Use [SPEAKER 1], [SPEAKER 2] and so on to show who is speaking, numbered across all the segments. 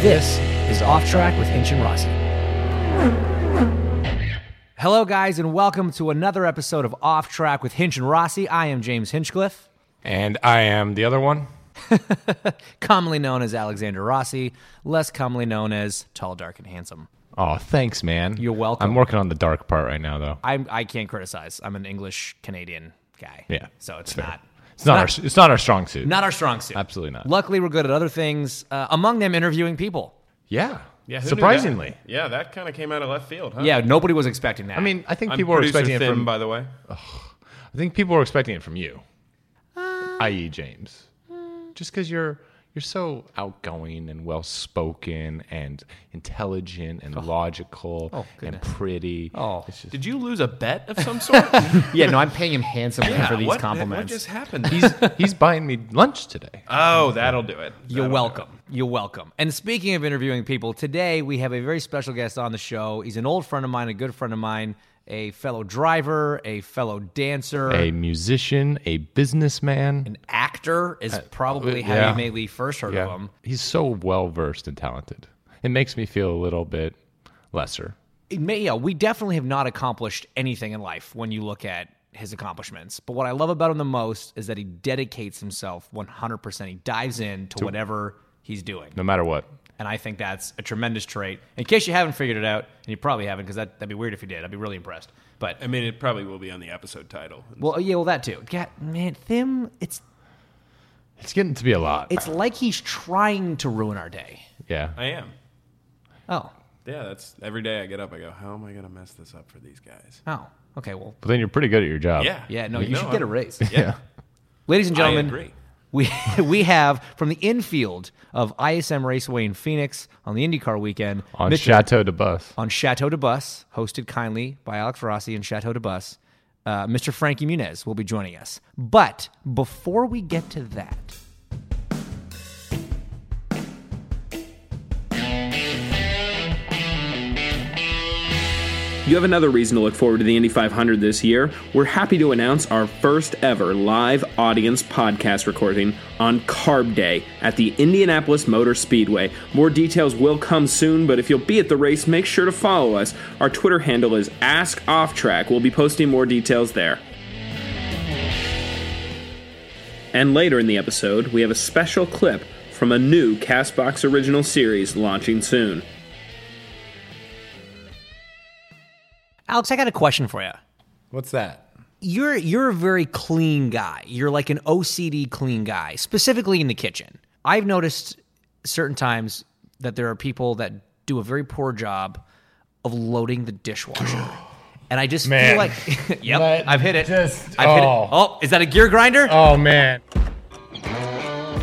[SPEAKER 1] This is Off Track with Hinch and Rossi. Hello, guys, and welcome to another episode of Off Track with Hinch and Rossi. I am James Hinchcliffe,
[SPEAKER 2] And I am the other one.
[SPEAKER 1] commonly known as Alexander Rossi, less commonly known as Tall, Dark, and Handsome.
[SPEAKER 2] Oh, thanks, man.
[SPEAKER 1] You're welcome.
[SPEAKER 2] I'm working on the dark part right now, though.
[SPEAKER 1] I'm, I can't criticize. I'm an English Canadian guy.
[SPEAKER 2] Yeah,
[SPEAKER 1] So it's
[SPEAKER 2] fair.
[SPEAKER 1] not.
[SPEAKER 2] It's not, our it's not our strong suit.
[SPEAKER 1] Not our strong suit.
[SPEAKER 2] Absolutely not.
[SPEAKER 1] Luckily, we're good at other things, uh, among them interviewing people.
[SPEAKER 2] yeah.
[SPEAKER 3] Yeah, who knew
[SPEAKER 2] Surprisingly.
[SPEAKER 3] that? Yeah, that kind of came out of left field, huh?
[SPEAKER 1] Yeah, nobody was expecting that.
[SPEAKER 2] I mean, I think
[SPEAKER 3] I'm
[SPEAKER 2] people were
[SPEAKER 3] producer
[SPEAKER 2] expecting it
[SPEAKER 3] Thin,
[SPEAKER 2] from.
[SPEAKER 3] by the way.
[SPEAKER 2] I think people were expecting it from you, i.e., James. Just because you're you're so outgoing and well spoken and intelligent and logical and pretty.
[SPEAKER 1] oh.
[SPEAKER 3] Did you lose a bet of some sort?
[SPEAKER 1] Yeah, no, I'm paying him handsomely for these
[SPEAKER 3] what,
[SPEAKER 1] compliments.
[SPEAKER 3] What just happened? there?
[SPEAKER 2] He's he's buying me lunch today.
[SPEAKER 3] oh, that'll do it.
[SPEAKER 1] You're
[SPEAKER 3] That'll do
[SPEAKER 1] welcome. You're welcome. And speaking of interviewing people, today we have a very special guest on the show. He's an old friend of mine, a good friend of mine, a fellow driver, a fellow dancer,
[SPEAKER 2] A musician, a businessman.
[SPEAKER 1] an actor is probably
[SPEAKER 2] uh,
[SPEAKER 1] how
[SPEAKER 2] yeah.
[SPEAKER 1] you mainly first heard of him.
[SPEAKER 2] Um, He's so well versed and talented. It makes me feel a little bit lesser.
[SPEAKER 1] It may, yeah, we definitely have not accomplished anything in life when you look at his accomplishments. But what I love about him the most is that he dedicates himself 100%. He dives in to whatever he's doing.
[SPEAKER 2] No matter what.
[SPEAKER 1] And I think that's a tremendous trait. In case you haven't figured it out, and you probably haven't, because that, that'd be weird if you did. I'd be really impressed. But
[SPEAKER 3] it. I mean, it probably will be on the episode title.
[SPEAKER 1] well, oh, yeah, well, that too. Yeah, man, Thim, it's
[SPEAKER 2] It's getting to be a lot.
[SPEAKER 1] it's like he's trying to ruin our day.
[SPEAKER 2] yeah.
[SPEAKER 3] I am.
[SPEAKER 1] Oh,
[SPEAKER 3] Yeah, that's every day I get up. I go, how am I gonna mess this up for these guys?
[SPEAKER 1] oh, okay, well,
[SPEAKER 2] But then you're pretty good at your job.
[SPEAKER 3] Yeah,
[SPEAKER 1] Uh, yeah, no, you should
[SPEAKER 3] I'm-
[SPEAKER 1] get a raise,
[SPEAKER 2] Yeah.
[SPEAKER 1] ladies and
[SPEAKER 3] I
[SPEAKER 1] gentlemen.
[SPEAKER 3] agree.
[SPEAKER 1] We we have from the infield of ISM Raceway in Phoenix on the IndyCar weekend
[SPEAKER 2] On
[SPEAKER 1] Mitch-
[SPEAKER 2] Chateau de Bus.
[SPEAKER 1] on Chateau de Bus, hosted kindly by Alex Rossi and Chateau de Bus. Uh, Mr. Frankie Muniz will be joining us. But before we get to that,
[SPEAKER 4] You have another reason to look forward to the Indy 500 this year. We're happy to announce our first ever live audience podcast recording on Carb Day at the Indianapolis Motor Speedway. More details will come soon, but if you'll be at the race, make sure to follow us. Our Twitter handle is AskOffTrack. We'll be posting more details there. And later in the episode, we have a special clip from a new Castbox original series launching soon.
[SPEAKER 1] Alex, I got a question for you.
[SPEAKER 5] What's that?
[SPEAKER 1] You're you're a very clean guy. You're like an OCD clean guy, specifically in the kitchen. I've noticed certain times that there are people that do a very poor job of loading the dishwasher. And I just feel
[SPEAKER 2] Man.
[SPEAKER 1] like Yep,
[SPEAKER 2] That
[SPEAKER 1] I've hit it.
[SPEAKER 2] just-
[SPEAKER 1] I've hit it.
[SPEAKER 2] oh.
[SPEAKER 1] Oh, is that a gear grinder?
[SPEAKER 2] Oh, man.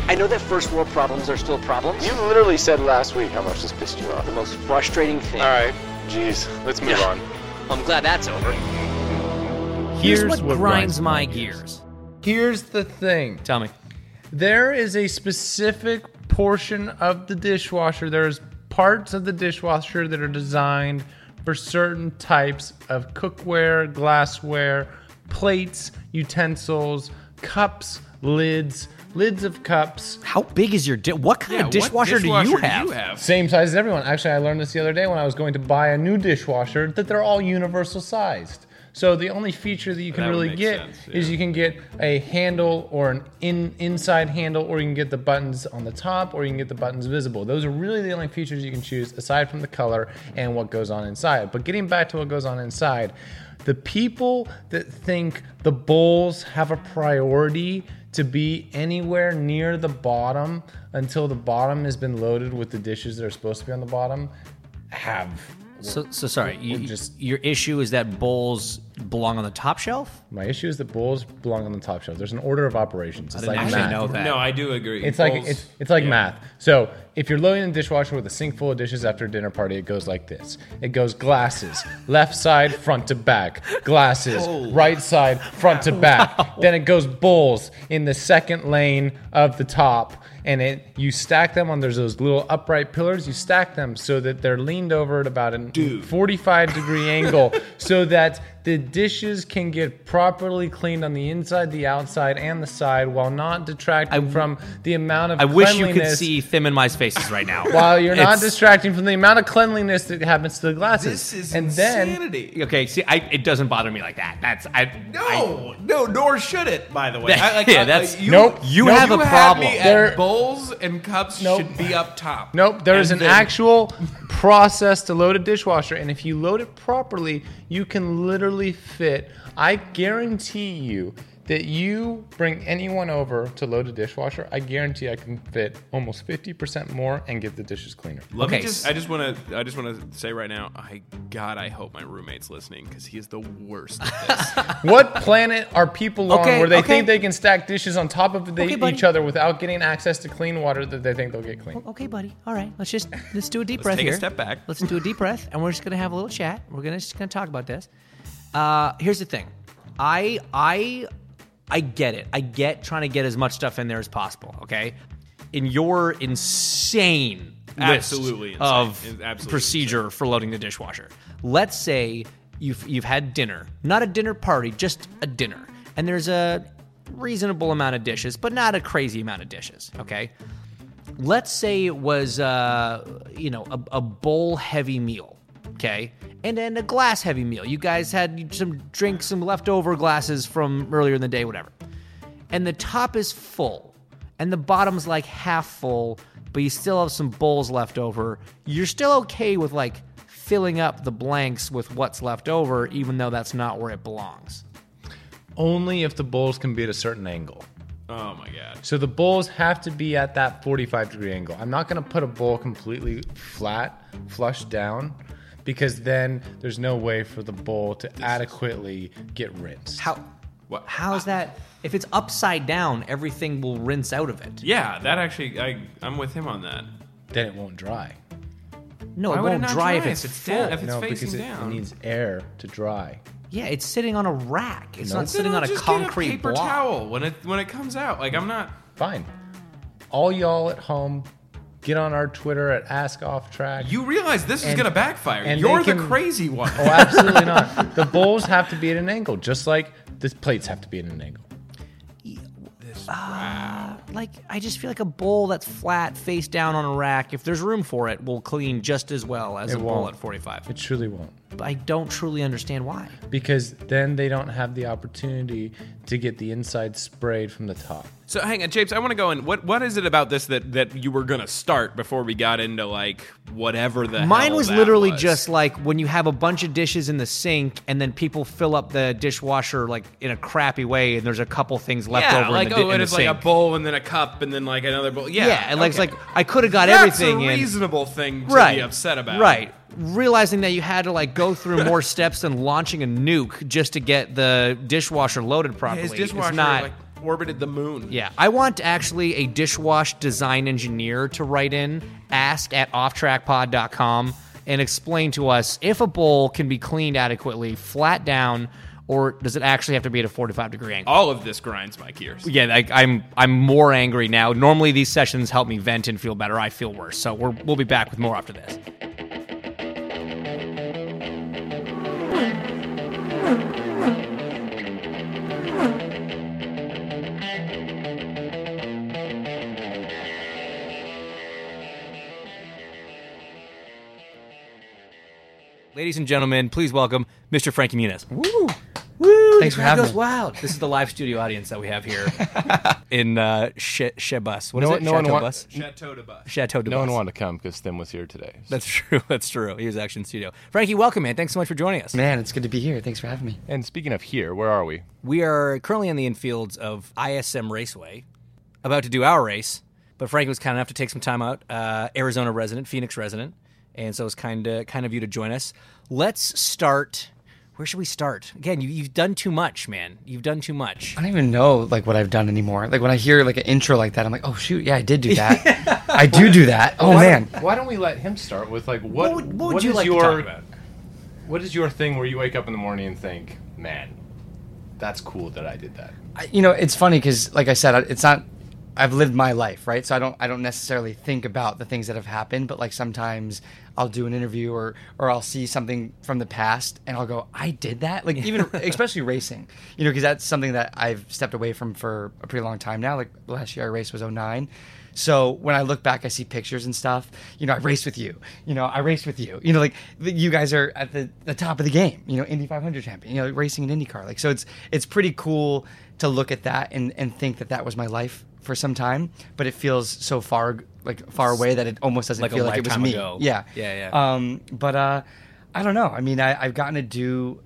[SPEAKER 6] I know that first world problems are still problems. You literally said last week how much this pissed you off. The most frustrating thing. All right. Jeez, let's move on. I'm glad that's over.
[SPEAKER 1] Here's what, grinds, my gears.
[SPEAKER 5] Here's the thing
[SPEAKER 1] Tell me.
[SPEAKER 5] there is a specific portion of the dishwasher, there's parts of the dishwasher that are designed for certain types of cookware, glassware, plates, utensils, cups, lids, lids of cups.
[SPEAKER 1] How big is your di- what kind
[SPEAKER 3] Yeah,
[SPEAKER 1] of
[SPEAKER 3] what
[SPEAKER 1] dishwasher, do you have?
[SPEAKER 5] Same size as everyone. Actually, I learned this the other day when I was going to buy a new dishwasher that they're all universal sized. So the only feature that you can
[SPEAKER 3] That would
[SPEAKER 5] really
[SPEAKER 3] make
[SPEAKER 5] get
[SPEAKER 3] sense,
[SPEAKER 5] is
[SPEAKER 3] yeah.
[SPEAKER 5] you can get a handle or an in inside handle, or you can get the buttons on the top, or you can get the buttons visible. Those are really the only features you can choose aside from the color and what goes on inside. But getting back to what goes on inside, The people that think the Bulls have a priority to be anywhere near the bottom until the bottom has been loaded with the dishes that are supposed to be on the bottom have.
[SPEAKER 1] So, so sorry. You,
[SPEAKER 5] we're
[SPEAKER 1] just,
[SPEAKER 5] just-
[SPEAKER 1] your issue is that bowls belong on the top shelf.
[SPEAKER 5] My issue is that Bulls belong on the top shelf. There's an order of operations. It's
[SPEAKER 1] I didn't
[SPEAKER 5] like
[SPEAKER 1] actually
[SPEAKER 5] math.
[SPEAKER 1] know that.
[SPEAKER 3] No, I do agree.
[SPEAKER 5] It's like
[SPEAKER 3] Bulls-
[SPEAKER 5] it's, it's like math. So if you're loading the dishwasher with a sink full of dishes after a dinner party, it goes like this. It goes glasses, left side, front to back, glasses, right side, front to back. Then it goes bowls in the second lane of the top, and it you stack them on. There's those little upright pillars. You stack them so that they're leaned over at about an 45 degree angle, so that the dishes can get properly cleaned on the inside, the outside, and the side, while not detracting from the amount of
[SPEAKER 1] I wish you could
[SPEAKER 5] cleanliness-
[SPEAKER 1] see Thim and my faces right now.
[SPEAKER 5] While you're not
[SPEAKER 1] It's-
[SPEAKER 5] distracting from the amount of cleanliness that happens to the glasses,
[SPEAKER 3] this is
[SPEAKER 5] and then
[SPEAKER 3] insanity.
[SPEAKER 1] Okay, see, I, it doesn't bother me like that. That's I.
[SPEAKER 3] no, no, nor should it. By the way,
[SPEAKER 1] That-
[SPEAKER 3] I, like,
[SPEAKER 1] yeah,
[SPEAKER 3] I- like,
[SPEAKER 1] that's-
[SPEAKER 3] you,
[SPEAKER 5] Nope.
[SPEAKER 1] You
[SPEAKER 3] you
[SPEAKER 1] have a
[SPEAKER 3] had
[SPEAKER 1] problem.
[SPEAKER 3] Me
[SPEAKER 5] There-
[SPEAKER 3] at bowls and cups
[SPEAKER 5] Nope.
[SPEAKER 3] should be up top.
[SPEAKER 5] Nope, there is an
[SPEAKER 3] And then-
[SPEAKER 5] actual process to load a dishwasher, and if you load it properly, you can literally fit. I guarantee you that you bring anyone over to load a dishwasher, I guarantee I can fit almost 50% more and get the dishes cleaner.
[SPEAKER 3] Let
[SPEAKER 1] Okay,
[SPEAKER 3] me just. I just want to. I just want to say right now. I God, I hope my roommate's listening because he is the worst. At this.
[SPEAKER 5] What planet are people
[SPEAKER 1] Okay,
[SPEAKER 5] on where they
[SPEAKER 1] okay.
[SPEAKER 5] think they can stack dishes on top of the,
[SPEAKER 1] Okay, buddy.
[SPEAKER 5] each other without getting access to clean water that they think they'll get clean?
[SPEAKER 1] Okay, buddy. All right, let's just let's do a deep breath
[SPEAKER 3] Let's take
[SPEAKER 1] here.
[SPEAKER 3] a step back.
[SPEAKER 1] Let's do a deep breath, and we're just gonna have a little chat. We're gonna just gonna talk about this. Uh, here's the thing. I I I get it. I get trying to get as much stuff in there as possible. Okay, in your insane list
[SPEAKER 3] Absolutely insane.
[SPEAKER 1] of
[SPEAKER 3] It's absolutely
[SPEAKER 1] procedure for loading the dishwasher. Let's say you've you've had dinner, not a dinner party, just a dinner, and there's a reasonable amount of dishes, but not a crazy amount of dishes. Okay let's say it was uh you know a, a bowl heavy meal okay and then a glass heavy meal you guys had some drinks some leftover glasses from earlier in the day whatever and the top is full and the bottom's like half full but you still have some bowls left over you're still okay with like filling up the blanks with what's left over even though that's not where it belongs
[SPEAKER 5] Only if the bowls can be at a certain angle.
[SPEAKER 3] oh my God.
[SPEAKER 5] So the bowls have to be at that 45 degree angle. I'm not going to put a bowl completely flat, flush down, because then there's no way for the bowl to adequately get rinsed.
[SPEAKER 1] how
[SPEAKER 3] What?
[SPEAKER 1] how's that if it's upside down everything will rinse out of it
[SPEAKER 3] Yeah, that actually. I I'm with him on that.
[SPEAKER 5] Then it won't dry.
[SPEAKER 1] No, it
[SPEAKER 3] would it
[SPEAKER 1] won't
[SPEAKER 3] not
[SPEAKER 1] dry
[SPEAKER 3] dry
[SPEAKER 1] if
[SPEAKER 3] if
[SPEAKER 1] it's,
[SPEAKER 3] it's
[SPEAKER 1] full.
[SPEAKER 3] down- if it's-
[SPEAKER 5] no,
[SPEAKER 3] facing
[SPEAKER 5] because it,
[SPEAKER 3] down.
[SPEAKER 5] it needs air to dry.
[SPEAKER 1] yeah, it's sitting on a rack. It's
[SPEAKER 5] No.
[SPEAKER 1] not sitting
[SPEAKER 3] Then
[SPEAKER 1] on
[SPEAKER 3] I'll
[SPEAKER 1] a
[SPEAKER 3] just
[SPEAKER 1] concrete
[SPEAKER 3] get a paper
[SPEAKER 1] block.
[SPEAKER 3] towel when it when it comes out. Like I'm not.
[SPEAKER 5] Fine. All y'all at home, get on our Twitter at Ask Off Track.
[SPEAKER 3] You realize this is
[SPEAKER 5] And-
[SPEAKER 3] gonna backfire.
[SPEAKER 5] and
[SPEAKER 3] You're
[SPEAKER 5] they
[SPEAKER 3] the
[SPEAKER 5] can-
[SPEAKER 3] crazy one.
[SPEAKER 5] Oh, absolutely not. The bowls have to be at an angle, just like the plates have to be at an angle.
[SPEAKER 1] Like I just feel like a bowl that's flat, face down on a rack. If there's room for it, will clean just as well as
[SPEAKER 5] It
[SPEAKER 1] a bowl
[SPEAKER 5] won't.
[SPEAKER 1] at 45.
[SPEAKER 5] It truly won't.
[SPEAKER 1] But I don't truly understand why.
[SPEAKER 5] because then they don't have the opportunity to get the inside sprayed from the top.
[SPEAKER 3] So hang on, Japes. I want to go in. What what is it about this that that you were gonna start before we got into like whatever the
[SPEAKER 1] Mine
[SPEAKER 3] hell
[SPEAKER 1] was
[SPEAKER 3] that
[SPEAKER 1] literally
[SPEAKER 3] was?
[SPEAKER 1] just like when you have a bunch of dishes in the sink and then people fill up the dishwasher like in a crappy way and there's a couple things left
[SPEAKER 3] yeah,
[SPEAKER 1] over
[SPEAKER 3] like
[SPEAKER 1] in the, di-
[SPEAKER 3] oh,
[SPEAKER 1] in
[SPEAKER 3] and
[SPEAKER 1] the
[SPEAKER 3] it's
[SPEAKER 1] sink.
[SPEAKER 3] like a bowl and then a cup and then like another bowl. Yeah,
[SPEAKER 1] yeah, and like it's
[SPEAKER 3] okay.
[SPEAKER 1] like I could have got
[SPEAKER 3] That's
[SPEAKER 1] everything
[SPEAKER 3] a
[SPEAKER 1] in.
[SPEAKER 3] reasonable thing to
[SPEAKER 1] right.
[SPEAKER 3] be upset about.
[SPEAKER 1] Right. Realizing that you had to like go through more steps than launching a nuke just to get the dishwasher loaded properly.
[SPEAKER 3] His
[SPEAKER 1] It's
[SPEAKER 3] dishwasher
[SPEAKER 1] not.
[SPEAKER 3] like orbited the moon.
[SPEAKER 1] yeah, I want actually a dishwash design engineer to write in, ask at offtrackpod.com, and explain to us if a bowl can be cleaned adequately, flat down, or does it actually have to be at a 45 degree angle?
[SPEAKER 3] All of this grinds my gears.
[SPEAKER 1] Yeah, I, I'm I'm more angry now. Normally, these sessions help me vent and feel better. I feel worse, so we're, we'll be back with more after this. Ladies and gentlemen, please welcome Mr. Frankie Muniz. Woo! Woo!
[SPEAKER 7] this
[SPEAKER 8] Thanks for
[SPEAKER 7] one
[SPEAKER 8] having
[SPEAKER 7] goes
[SPEAKER 8] me.
[SPEAKER 7] wild. This is the live studio audience that we have here.
[SPEAKER 1] in uh, she- Shebus. What is
[SPEAKER 5] No-
[SPEAKER 1] it?
[SPEAKER 5] no one
[SPEAKER 1] Chateau
[SPEAKER 5] wa-
[SPEAKER 1] Bus?
[SPEAKER 9] Chateau de Bus.
[SPEAKER 1] Chateau de
[SPEAKER 5] No
[SPEAKER 1] Bus.
[SPEAKER 5] one wanted to come because Tim was here today.
[SPEAKER 1] That's true. That's true. He was actually in studio. Frankie, welcome, man. Thanks so much for joining us.
[SPEAKER 10] Man, it's good to be here. Thanks for having me.
[SPEAKER 5] And speaking of here, where are we?
[SPEAKER 1] We are currently in the infields of ISM Raceway, about to do our race. But Frankie was kind enough to take some time out, uh, Arizona resident, Phoenix resident, and so it's kind of kind of you to join us. Let's start. Where should we start? Again, you, you've done too much, man. You've done too much.
[SPEAKER 10] I don't even know like what I've done anymore. Like when I hear like an intro like that, I'm like, oh shoot, yeah, I did do that. I do do that. Oh man,
[SPEAKER 5] Why don't we let him start with like what?
[SPEAKER 1] What would- what would you
[SPEAKER 5] is
[SPEAKER 1] like to
[SPEAKER 5] your,
[SPEAKER 1] talk about?
[SPEAKER 5] What is your thing where you wake up in the morning and think, man, that's cool that I did that.
[SPEAKER 10] I- you know it's funny because like I said, I- it's not. I've lived my life, right? So I don't I don't necessarily think about the things that have happened, but like sometimes I'll do an interview or or I'll see something from the past and I'll go, I did that. Like even especially racing, you know, because that's something that I've stepped away from for a pretty long time now. Like last year, I raced was 09. So when I look back, I see pictures and stuff. You know, I raced with you. You know, I raced with you. You know, like th- you guys are at the, the top of the game. You know, Indy 500 champion. You know, racing in IndyCar. Like so, it's it's pretty cool to look at that and and think that that was my life for some time. But it feels so far like far away that it almost doesn't
[SPEAKER 1] Like a
[SPEAKER 10] feel like it was
[SPEAKER 1] lifetime
[SPEAKER 10] me.
[SPEAKER 1] ago.
[SPEAKER 10] Yeah,
[SPEAKER 1] Yeah, yeah.
[SPEAKER 10] Um, but uh, I don't know. I mean, I, I've gotten to do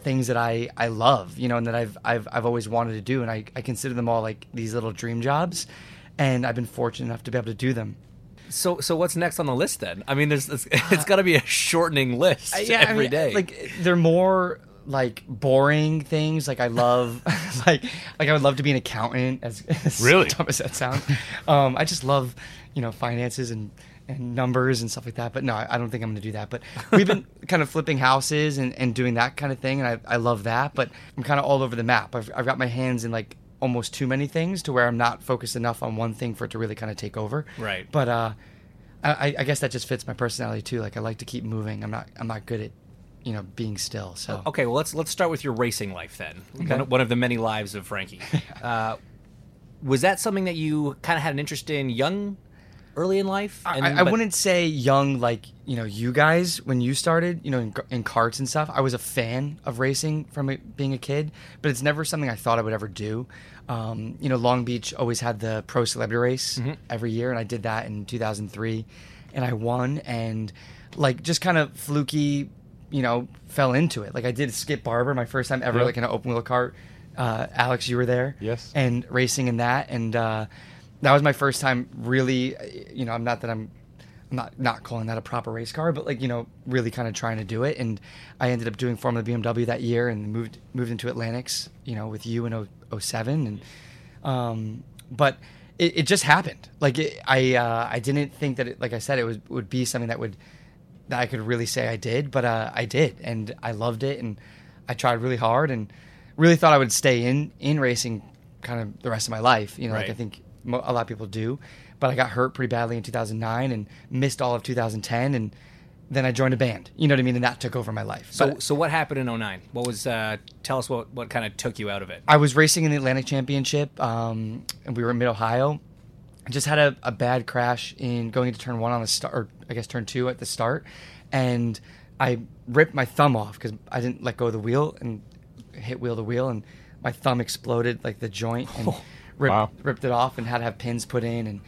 [SPEAKER 10] things that I, I love, you know, and that I've, I've, I've always wanted to do. And I, I consider them all like these little dream jobs. And I've been fortunate enough to be able to do them.
[SPEAKER 1] So, so what's next on the list then? I mean, there's it's, it's got to be a shortening list every day.
[SPEAKER 10] I mean, Like they're more like boring things. Like I love, like like I would love to be an accountant. As, as
[SPEAKER 5] Really?
[SPEAKER 10] dumb as that sounds, um, I just love you know finances and and numbers and stuff like that. But no, I, I don't think I'm going to do that. But we've been kind of flipping houses and, and doing that kind of thing, and I I love that. But I'm kind of all over the map. I've I've got my hands in like almost too many things to where I'm not focused enough on one thing for it to really kind of take over.
[SPEAKER 1] Right.
[SPEAKER 10] But uh, I, I guess that just fits my personality too. Like I like to keep moving. I'm not I'm not good at you know being still. So
[SPEAKER 1] Okay, well let's let's start with your racing life then. One, of, one of the many lives of Frankie. Uh, was that something that you kind of had an interest in young, early in life? And-
[SPEAKER 10] I, I
[SPEAKER 1] but-
[SPEAKER 10] wouldn't say young like you know you guys when you started you know in, in carts and stuff. I was a fan of racing from a, being a kid, but it's never something I thought I would ever do. Um, you know, Long Beach always had the pro celebrity race
[SPEAKER 1] Mm-hmm.
[SPEAKER 10] every year, and I did that in 2003, and I won, and like just kind of fluky, you know, fell into it. Like I did Skip Barber my first time ever, like in an open wheel cart. Uh, Alex, you were there
[SPEAKER 5] Yes.
[SPEAKER 10] and racing in that and uh, that was my first time really uh, you know i'm not that i'm I'm not not calling that a proper race car but like you know really kind of trying to do it and i ended up doing formula bmw that year and moved moved into atlantics you know with you in o- 07 and um, but it, it just happened like it, i uh, i didn't think that it, like i said it was, would be something that would that I could really say I did, but uh, I did, and I loved it, and I tried really hard, and really thought I would stay in in racing kind of the rest of my life. You know, like
[SPEAKER 1] Right.
[SPEAKER 10] I think mo- a lot of people do, but I got hurt pretty badly in 2009 and missed all of 2010, and then I joined a band. You know what I mean? And that took over my life.
[SPEAKER 1] So,
[SPEAKER 10] But-
[SPEAKER 1] so what happened in 09? What was? Uh, tell us what what kind of took you out of it.
[SPEAKER 10] I was racing in the Atlantic Championship, um, and we were in Mid Ohio. I just had a, a bad crash in going into turn one on a start, or I guess turn two at the start, and I ripped my thumb off because I didn't let go of the wheel and hit wheel to wheel, and my thumb exploded like the joint and ripped,
[SPEAKER 5] Wow.
[SPEAKER 10] ripped it off and had to have pins put in, and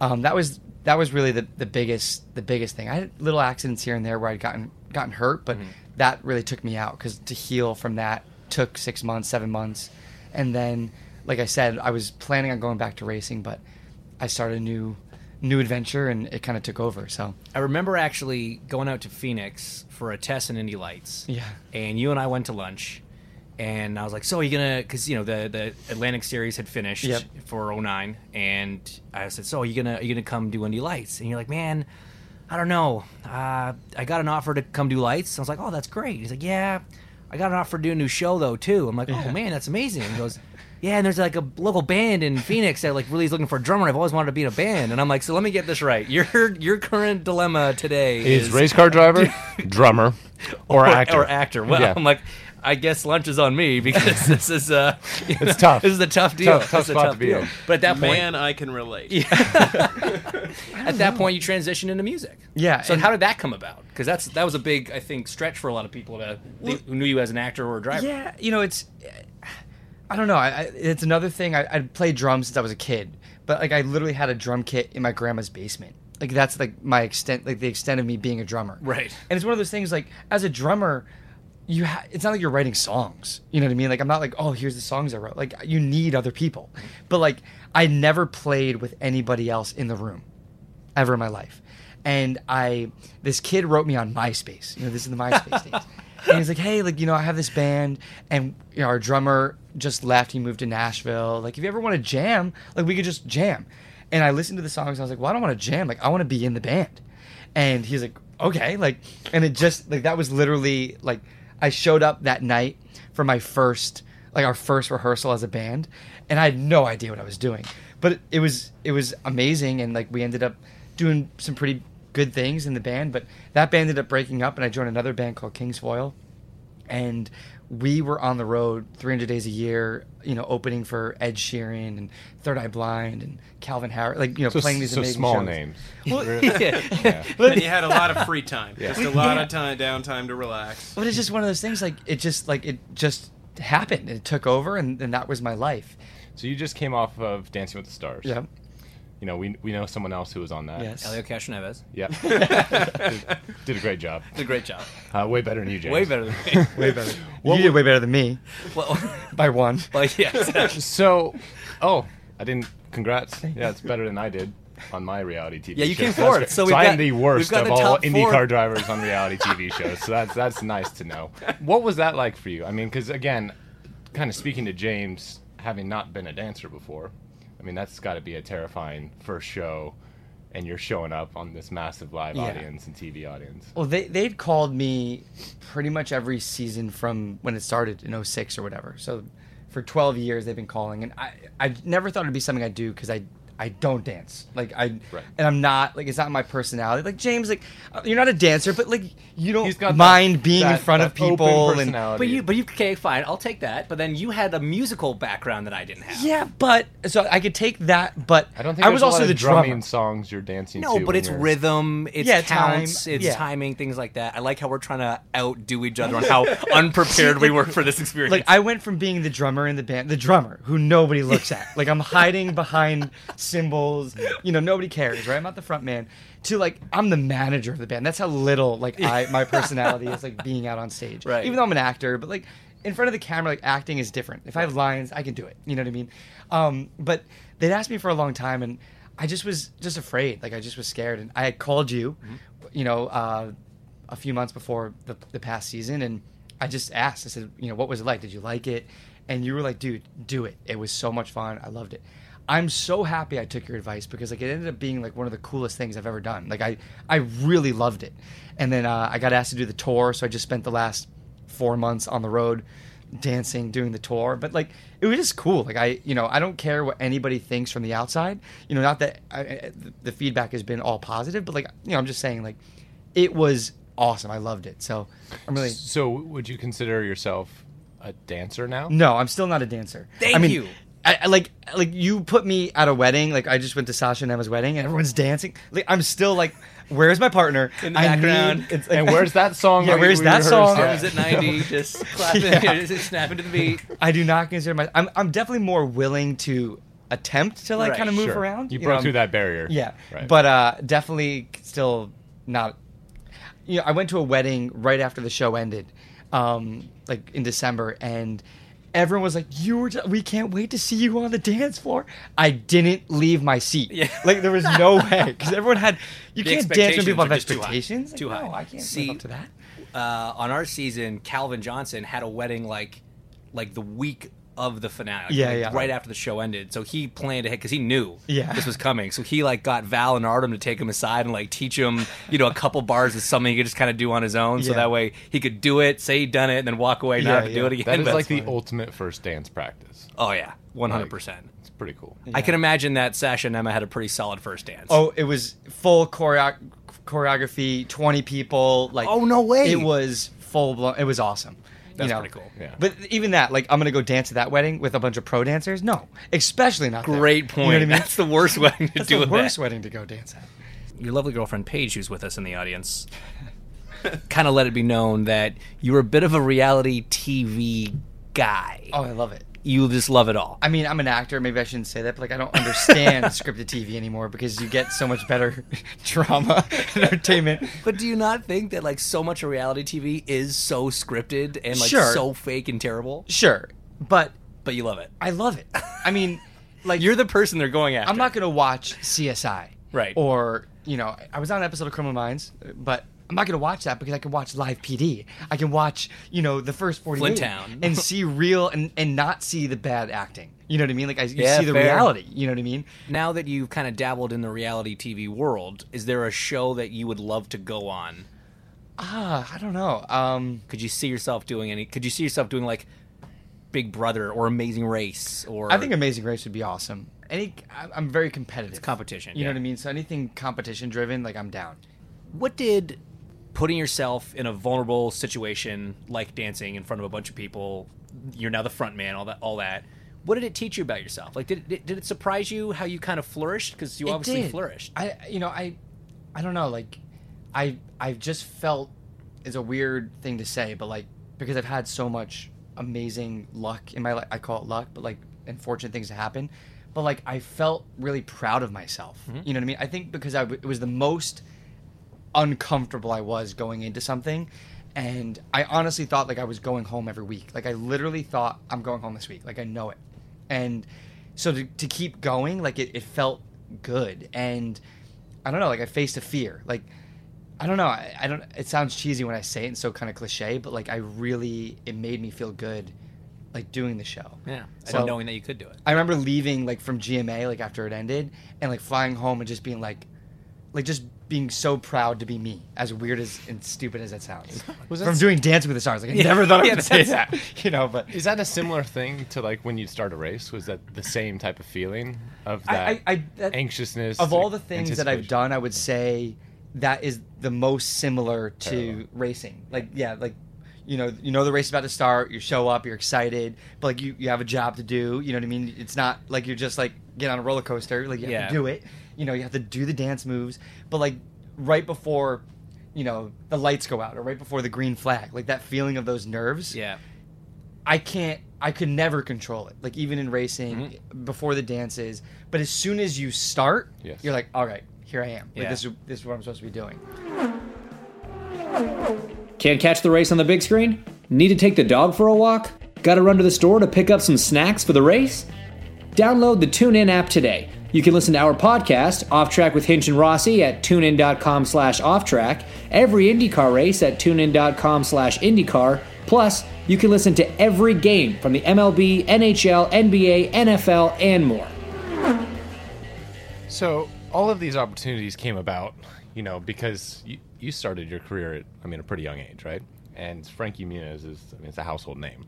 [SPEAKER 10] um, that was that was really the, the biggest the biggest thing. I had little accidents here and there where I'd gotten gotten hurt, but that really took me out because to heal from that took six months, seven months, and then like I said, I was planning on going back to racing, but I started a new new adventure and it kind of took over. So
[SPEAKER 1] I remember actually going out to Phoenix for a test in Indy Lights.
[SPEAKER 10] Yeah.
[SPEAKER 1] And you and I went to lunch, and I was like, "So are you gonna?" Because you know the the Atlantic Series had finished
[SPEAKER 10] Yep.
[SPEAKER 1] for 09, and I said, "So are you gonna are you gonna come do Indy Lights?" And you're like, "Man, I don't know. Uh, I got an offer to come do Lights." I was like, "Oh, that's great." He's like, "Yeah, I got an offer to do a new show though too." I'm like, "Oh man, that's amazing." He goes. Yeah, and there's like a local band in Phoenix that like really is looking for a drummer. I've always wanted to be in a band, and I'm like, so let me get this right. Your your current dilemma today
[SPEAKER 5] Is race car driver, drummer, or, actor?
[SPEAKER 1] or actor. Well,
[SPEAKER 5] Yeah.
[SPEAKER 1] I'm like, I guess lunch is on me because this is uh,
[SPEAKER 5] It's tough.
[SPEAKER 1] This is a tough deal.
[SPEAKER 5] Tough- tough
[SPEAKER 1] It's a
[SPEAKER 5] spot to be in.
[SPEAKER 1] But at that point,
[SPEAKER 3] Man, I can relate.
[SPEAKER 1] at that point, you transition into music.
[SPEAKER 10] Yeah,
[SPEAKER 1] So
[SPEAKER 10] and-
[SPEAKER 1] how did that come about? Because that's that was a big, I think, stretch for a lot of people to who knew you as an actor or a driver.
[SPEAKER 10] Yeah, you know, it's. I don't know. I, I, it's another thing. I, I played drums since I was a kid, but like I literally had a drum kit in my grandma's basement. Like that's like my extent, like the extent of me being a drummer.
[SPEAKER 1] Right.
[SPEAKER 10] And it's one of those things. Like as a drummer, you ha- it's not like you're writing songs. You know what I mean? Like I'm not like oh here's the songs I wrote. Like you need other people. But like I never played with anybody else in the room ever in my life. And I, this kid wrote me on MySpace. You know, this is the MySpace days. And he's like, hey, like, you know, I have this band, and you know, our drummer just left. He moved to Nashville. Like, if you ever want to jam, like, we could just jam. And I listened to the songs. And I was like, well, I don't want to jam. Like, I want to be in the band. And he's like, okay, like, and it just like that was literally like I showed up that night for my first like our first rehearsal as a band, and I had no idea what I was doing, but it, it was it was amazing, and like we ended up doing some pretty good things in the band, but that band ended up breaking up, and I joined another band called King's Foil, and we were on the road 300 days a year, you know, opening for Ed Sheeran and Third Eye Blind and Calvin Harris, like you know,
[SPEAKER 5] So,
[SPEAKER 10] playing these
[SPEAKER 5] so
[SPEAKER 10] amazing
[SPEAKER 5] small
[SPEAKER 10] shows.
[SPEAKER 5] names.
[SPEAKER 3] and you had a lot of free time. Just a lot of time downtime to relax.
[SPEAKER 10] But it's just one of those things. Like it just like it just happened. It took over, and, and that was my life.
[SPEAKER 5] So you just came off of Dancing with the Stars.
[SPEAKER 10] Yeah.
[SPEAKER 5] You know, we, we know someone else who was on that.
[SPEAKER 10] Yes.
[SPEAKER 1] Elio Castro Neves
[SPEAKER 5] Yeah. did, did a great job.
[SPEAKER 1] did a great job.
[SPEAKER 5] Uh, way better than you, James.
[SPEAKER 1] Way better than me.
[SPEAKER 10] you did way better than me
[SPEAKER 1] well,
[SPEAKER 10] by one.
[SPEAKER 1] well, yeah.
[SPEAKER 5] So, oh, I didn't. Congrats. Yeah, it's better than I did on my reality TV.
[SPEAKER 1] Yeah, you
[SPEAKER 5] shows.
[SPEAKER 1] came
[SPEAKER 5] So that's
[SPEAKER 1] fourth,
[SPEAKER 5] great.
[SPEAKER 1] so
[SPEAKER 5] So,
[SPEAKER 1] we've
[SPEAKER 5] I
[SPEAKER 1] got-
[SPEAKER 5] am the worst
[SPEAKER 1] we've got
[SPEAKER 5] of
[SPEAKER 1] the
[SPEAKER 5] all
[SPEAKER 1] top four.
[SPEAKER 5] IndyCar drivers on reality TV shows. So that's that's nice to know. What was that like for you? I mean, because again, kind of speaking to James, having not been a dancer before, I mean that's got to be a terrifying first show, and you're showing up on this massive live
[SPEAKER 10] Yeah.
[SPEAKER 5] audience and TV audience.
[SPEAKER 10] Well, they they'd called me pretty much every season from when it started in 06 or whatever. So for 12 years they've been calling and I I never thought it'd be something I do cuz I I don't dance. Like I
[SPEAKER 5] Right.
[SPEAKER 10] and I'm not like it's not my personality. Like James like uh, you're not a dancer but like you
[SPEAKER 5] He's
[SPEAKER 10] don't
[SPEAKER 5] got that-
[SPEAKER 10] mind being
[SPEAKER 5] that-
[SPEAKER 10] in front of
[SPEAKER 5] that open
[SPEAKER 10] people and
[SPEAKER 5] personality.
[SPEAKER 1] But you, but you, okay, fine, I'll take that. But then you had a musical background that I didn't have.
[SPEAKER 10] yeah, but so I could take that but
[SPEAKER 5] I don't think
[SPEAKER 10] I
[SPEAKER 5] there's
[SPEAKER 10] was
[SPEAKER 5] a
[SPEAKER 10] also
[SPEAKER 5] lot of
[SPEAKER 10] the
[SPEAKER 5] drumming
[SPEAKER 10] drummer.
[SPEAKER 5] songs you're dancing to.
[SPEAKER 1] No, but
[SPEAKER 5] when
[SPEAKER 1] it's
[SPEAKER 5] you're-
[SPEAKER 1] rhythm, it's
[SPEAKER 10] Yeah, time,
[SPEAKER 1] counts, it's
[SPEAKER 10] yeah.
[SPEAKER 1] timing, things like that. I like how we're trying to outdo each other on how unprepared we were for this experience.
[SPEAKER 10] Like I went from being the drummer in the band, the drummer who nobody looks at. Like I'm hiding behind cymbals, you know, nobody cares, right? I'm not the front man. To like I'm the manager of the band. That's how little like I my personality is like being out on stage.
[SPEAKER 1] Right.
[SPEAKER 10] Even though I'm an actor, but like in front of the camera, like acting is different. If I have lines, I can do it. You know what I mean? Um, but they'd asked me for a long time, and I just was just afraid. Like I just was scared, and I had called you, you know, uh, a few months before the, the past season, and I just asked. I said, you know, what was it like? Did you like it? And you were like, dude, do it. It was so much fun. I loved it. I'm so happy I took your advice because like it ended up being like one of the coolest things I've ever done. Like I, I really loved it. And then uh, I got asked to do the tour, so I just spent the last four months on the road dancing doing the tour but like it was just cool like i you know i don't care what anybody thinks from the outside you know not that I, I- the feedback has been all positive but like you know i'm just saying like it was awesome i loved it so i'm really
[SPEAKER 5] So, would you consider yourself a dancer now?
[SPEAKER 10] no i'm still not a dancer
[SPEAKER 1] Thank
[SPEAKER 10] I mean,
[SPEAKER 1] you.
[SPEAKER 10] I, I like like you put me at a wedding like i just went to sasha and emma's wedding and everyone's dancing like i'm still like where's my partner in
[SPEAKER 1] the background.
[SPEAKER 10] it's like,
[SPEAKER 5] And where's that song?
[SPEAKER 10] Yeah,
[SPEAKER 5] we-
[SPEAKER 10] where's
[SPEAKER 5] we
[SPEAKER 10] that
[SPEAKER 5] rehearsed
[SPEAKER 10] song?
[SPEAKER 5] at?
[SPEAKER 1] Arms at 90, just clapping, just snapping to the beat.
[SPEAKER 10] i do not consider my i'm, I'm definitely more willing to attempt to like
[SPEAKER 1] Right,
[SPEAKER 10] kind of move
[SPEAKER 5] Sure.
[SPEAKER 10] around
[SPEAKER 5] You
[SPEAKER 10] know,
[SPEAKER 5] broke
[SPEAKER 10] I'm-
[SPEAKER 5] through that barrier.
[SPEAKER 10] Yeah,
[SPEAKER 5] Right.
[SPEAKER 10] but uh, definitely still not. You know, I went to a wedding right after the show ended, um, like in December, and everyone was like, "You were, just, we can't wait to see you on the dance floor." I didn't leave my seat. Yeah. like there was no way because everyone had. You
[SPEAKER 1] The
[SPEAKER 10] can't dance when people have
[SPEAKER 1] expectations
[SPEAKER 10] expectations.
[SPEAKER 1] are just too high.
[SPEAKER 10] Like,
[SPEAKER 1] Too
[SPEAKER 10] no,
[SPEAKER 1] high.
[SPEAKER 10] I can't
[SPEAKER 1] See-
[SPEAKER 10] live up to that.
[SPEAKER 1] uh, on our season, Calvin Johnson had a wedding like like the week of the finale.
[SPEAKER 10] Yeah,
[SPEAKER 1] like,
[SPEAKER 10] yeah.
[SPEAKER 1] Right after the show ended, so he planned ahead because he knew
[SPEAKER 10] Yeah.
[SPEAKER 1] this was coming. So he like got Val and Artem to take him aside and like teach him, you know, a couple bars is something he could just kind of do on his own. So
[SPEAKER 10] Yeah.
[SPEAKER 1] that way he could do it, say he done it, and then walk away, not
[SPEAKER 10] Yeah,
[SPEAKER 1] have to do
[SPEAKER 10] yeah.
[SPEAKER 1] it again.
[SPEAKER 5] that is
[SPEAKER 1] But-
[SPEAKER 5] like the ultimate first dance practice.
[SPEAKER 1] oh yeah, one hundred percent.
[SPEAKER 5] It's pretty cool.
[SPEAKER 1] I can imagine that Sasha and Emma had a pretty solid first dance.
[SPEAKER 10] Oh, it was full choreo- choreography, 20 people. Like,
[SPEAKER 1] Oh, no way.
[SPEAKER 10] It was full blown. It was awesome. you
[SPEAKER 1] That's
[SPEAKER 10] know.
[SPEAKER 1] pretty cool. Yeah.
[SPEAKER 10] But even that, like, I'm gonna go dance at that wedding with a bunch of pro dancers. No, especially not. there.
[SPEAKER 1] Great
[SPEAKER 10] You know what I
[SPEAKER 1] point.
[SPEAKER 10] mean?
[SPEAKER 1] That's the worst wedding to
[SPEAKER 10] That's
[SPEAKER 1] do
[SPEAKER 10] The
[SPEAKER 1] with that.
[SPEAKER 10] worst wedding to go dance at.
[SPEAKER 1] Your lovely girlfriend Paige, who's with us in the audience, kind of let it be known that you were a bit of a reality TV guy.
[SPEAKER 10] Oh, I love it.
[SPEAKER 1] You just love it all.
[SPEAKER 10] I mean, I'm an actor. Maybe I shouldn't say that, but like, I don't understand scripted TV anymore because you get so much better drama and entertainment.
[SPEAKER 1] But do you not think that like so much of reality TV is so scripted and like
[SPEAKER 10] Sure.
[SPEAKER 1] so fake and terrible?
[SPEAKER 10] Sure, but
[SPEAKER 1] But you love it.
[SPEAKER 10] I love it. I mean, like,
[SPEAKER 1] You're the person they're going after.
[SPEAKER 10] I'm not gonna watch CSI,
[SPEAKER 1] Right.
[SPEAKER 10] Or you know, I was on an episode of Criminal Minds, but I'm not gonna watch that because I can watch Live PD. I can watch you know the first 48
[SPEAKER 1] Flinttown.
[SPEAKER 10] and see real and and not see the bad acting. You know what I mean? Like I you
[SPEAKER 1] Yeah,
[SPEAKER 10] see the
[SPEAKER 1] fair.
[SPEAKER 10] reality. You know what I mean?
[SPEAKER 1] Now that you've kind of dabbled in the reality TV world, is there a show that you would love to go on?
[SPEAKER 10] Ah, I don't know. Um,
[SPEAKER 1] Could you see yourself doing any? Could you see yourself doing like Big Brother or Amazing Race or
[SPEAKER 10] I think Amazing Race would be awesome. Any, I- I'm very competitive.
[SPEAKER 1] competition?
[SPEAKER 10] You know what I mean? So anything competition driven, like I'm down.
[SPEAKER 1] What did putting yourself in a vulnerable situation, like dancing in front of a bunch of people, you're now the front man, all that, all that. What did it teach you about yourself? Like, did did, did it surprise you how you kind of flourished? Because you
[SPEAKER 10] It
[SPEAKER 1] obviously
[SPEAKER 10] did.
[SPEAKER 1] flourished.
[SPEAKER 10] I you know I I don't know like I I've just felt it's a weird thing to say but like because I've had so much amazing luck in my life I call it luck but like unfortunate things to happen but like I felt really proud of myself you know what I mean I think because I w- it was the most uncomfortable I was going into something. And I honestly thought like I was going home every week. Like I literally thought I'm going home this week. Like I know it. And so to, to keep going, like it, it felt good. And I don't know, like I faced a fear. Like I don't know. I, I don't. It sounds cheesy when I say it, and so kind of cliche. But like I really, it made me feel good, like doing the show.
[SPEAKER 1] yeah, and
[SPEAKER 10] So-
[SPEAKER 1] knowing that you could do it.
[SPEAKER 10] I remember leaving like from GMA like after it ended and like flying home and just being like like just being so proud to be me, as weird as and stupid as that sounds. from doing Dance with the Stars, like I never thought I would say that, you know. But
[SPEAKER 5] Is that a similar thing to like when you start a race? Was that the same type of feeling of that
[SPEAKER 10] I, I, I that,
[SPEAKER 5] anxiousness?
[SPEAKER 10] of all the things that I've
[SPEAKER 5] anticipation?
[SPEAKER 10] done, I would say that is the most similar to racing. Like yeah, like you know, you know the race is about to start. You show up, you're excited, but like you, you have a job to do. You know what I mean? It's not like you're just like get on a roller coaster. Like you have
[SPEAKER 1] Yeah.
[SPEAKER 10] to do it. You know, you have to do the dance moves. But like right before, you know, the lights go out or right before the green flag, like that feeling of those nerves.
[SPEAKER 1] Yeah,
[SPEAKER 10] I can't I could never control it. Like even in racing before the dances, but as soon as you start,
[SPEAKER 5] Yes.
[SPEAKER 10] you're like, all right, here I am. Like
[SPEAKER 1] Yeah.
[SPEAKER 10] this is this is what I'm supposed to be doing.
[SPEAKER 11] Can't catch the race on the big screen? Need to take the dog for a walk? Gotta run to the store to pick up some snacks for the race? Download the TuneIn app today. You can listen to our podcast, Off Track with Hinch and Rossi, at tunein.com slash offtrack, every IndyCar race at tunein.com slash IndyCar, plus you can listen to every game from the MLB, NHL, NBA, NFL, and more.
[SPEAKER 5] So all of these opportunities came about, you know, because you, you started your career at, I mean, a pretty young age, right? And Frankie Muniz is, I mean, it's a household name.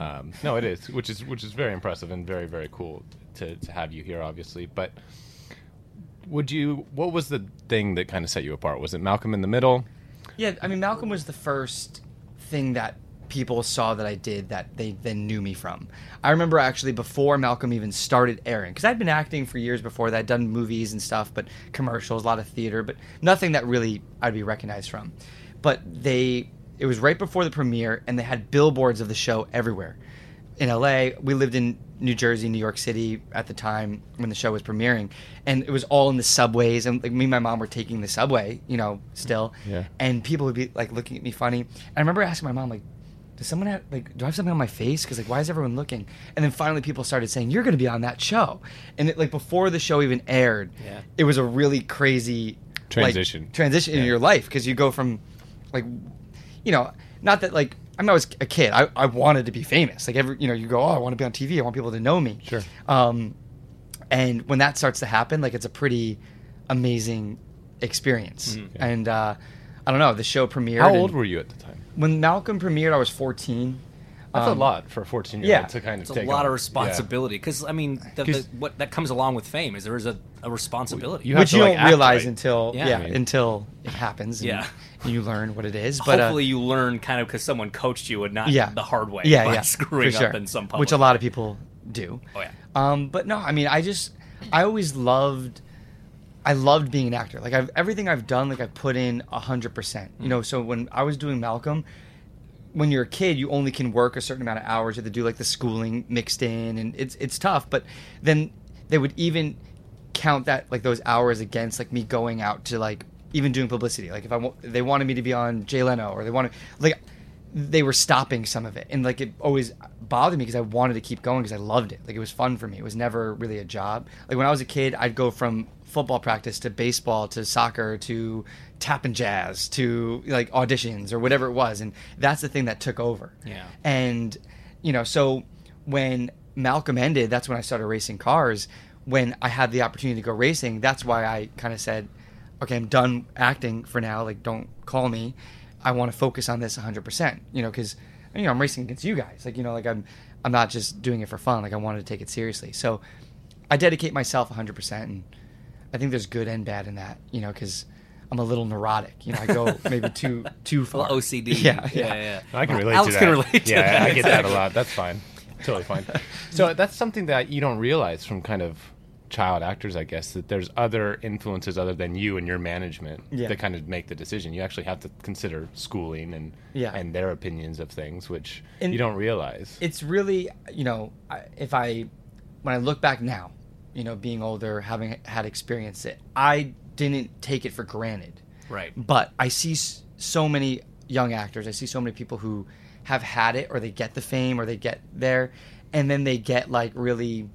[SPEAKER 5] Um, no, it is, which is which is very impressive and very very cool to, to have you here, obviously. But would you? What was the thing that kind of set you apart? Was it Malcolm in the Middle?
[SPEAKER 10] Yeah, I mean Malcolm was the first thing that people saw that I did that they then knew me from. I remember actually before Malcolm even started airing cuz I'd been acting for years before that, done movies and stuff, but commercials, a lot of theater, but nothing that really I'd be recognized from. But they it was right before the premiere and they had billboards of the show everywhere. in LA. We lived in New Jersey, New York City at the time when the show was premiering, and it was all in the subways. And like me and my mom were taking the subway, you know, still.
[SPEAKER 5] Yeah.
[SPEAKER 10] And people would be like looking at me funny. And I remember asking my mom like. Does someone have like? Do I have something on my face? Because like, why is everyone looking? And then finally, people started saying, "You're going to be on that show," and it, like before the show even aired, yeah. it was a really crazy like,
[SPEAKER 5] Transition.
[SPEAKER 10] transition in your life because you go from like you know not that like i mean i was a kid i, I wanted to be famous like every you know you go oh i want to be on tv i want people to know me sure um and when that starts to happen like it's a pretty amazing experience
[SPEAKER 3] Mm-hmm.
[SPEAKER 10] and uh i don't know the show premiered
[SPEAKER 5] How
[SPEAKER 10] and-
[SPEAKER 5] old were you at the time?
[SPEAKER 10] when malcolm premiered i was 14
[SPEAKER 5] That's
[SPEAKER 3] Um,
[SPEAKER 5] a lot for a 14 year old to kind of
[SPEAKER 3] it's
[SPEAKER 5] take
[SPEAKER 3] a lot
[SPEAKER 5] on.
[SPEAKER 3] of
[SPEAKER 5] Yeah.
[SPEAKER 3] responsibility because I mean, the, the,
[SPEAKER 5] 'Cause-
[SPEAKER 3] what that comes along with fame is there is a, a responsibility
[SPEAKER 10] which you don't realize until yeah,
[SPEAKER 3] I mean,
[SPEAKER 10] until it happens. and
[SPEAKER 3] Yeah.
[SPEAKER 10] you learn what it is. But uh,
[SPEAKER 3] hopefully you learn kind of because someone coached you and not the hard way
[SPEAKER 10] Yeah,
[SPEAKER 3] by
[SPEAKER 10] yeah,
[SPEAKER 3] screwing
[SPEAKER 10] for sure.
[SPEAKER 3] up in some public
[SPEAKER 10] which a lot of people do.
[SPEAKER 3] Oh, yeah.
[SPEAKER 10] Um, but no, I mean, I just I always loved. I loved being an actor. Like I've everything I've done, like I've put in hundred percent.
[SPEAKER 3] Mm.
[SPEAKER 10] You know, so when I was doing Malcolm, when you're a kid, you only can work a certain amount of hours. You have to do like the schooling mixed in, and it's it's tough. But then they would even count that like those hours against like me going out to like even doing publicity. Like if I wa- they wanted me to be on Jay Leno or they wanted like they were stopping some of it, and like it always bothered me because I wanted to keep going because I loved it. Like it was fun for me. It was never really a job. Like when I was a kid, I'd go from football practice to baseball to soccer to tap and jazz to like auditions or whatever it was and that's the thing that took over
[SPEAKER 3] Yeah.
[SPEAKER 10] and you know so when malcolm ended that's when i started racing cars when i had the opportunity to go racing that's why i kind of said okay i'm done acting for now like don't call me i want to focus on this 100% you know because you know i'm racing against you guys like you know like i'm i'm not just doing it for fun like i wanted to take it seriously so i dedicate myself 100% and i think there's good and bad in that you know because i'm a little neurotic you know i go maybe too too
[SPEAKER 3] A
[SPEAKER 10] far
[SPEAKER 3] little OCD.
[SPEAKER 10] yeah
[SPEAKER 3] Yeah,
[SPEAKER 10] yeah,
[SPEAKER 3] yeah.
[SPEAKER 5] I can relate
[SPEAKER 3] Alex
[SPEAKER 5] to that.
[SPEAKER 3] can relate to
[SPEAKER 5] yeah,
[SPEAKER 3] that,
[SPEAKER 5] I get that a
[SPEAKER 3] exactly.
[SPEAKER 5] lot. That's fine. Totally fine. so that's something that you don't realize from kind of child actors, I guess, that there's other influences other than you and your management
[SPEAKER 10] Yeah.
[SPEAKER 5] that kind of make the decision. You actually have to consider schooling and
[SPEAKER 10] Yeah.
[SPEAKER 5] and their opinions of things, which
[SPEAKER 10] And-
[SPEAKER 5] you don't realize.
[SPEAKER 10] It's really, you know, I- if I, when I look back now, you know, being older, having had experienced it, I didn't take it for granted.
[SPEAKER 3] Right.
[SPEAKER 10] But I see s- so many young actors, I see so many people who have had it or they get the fame or they get there and then they get like really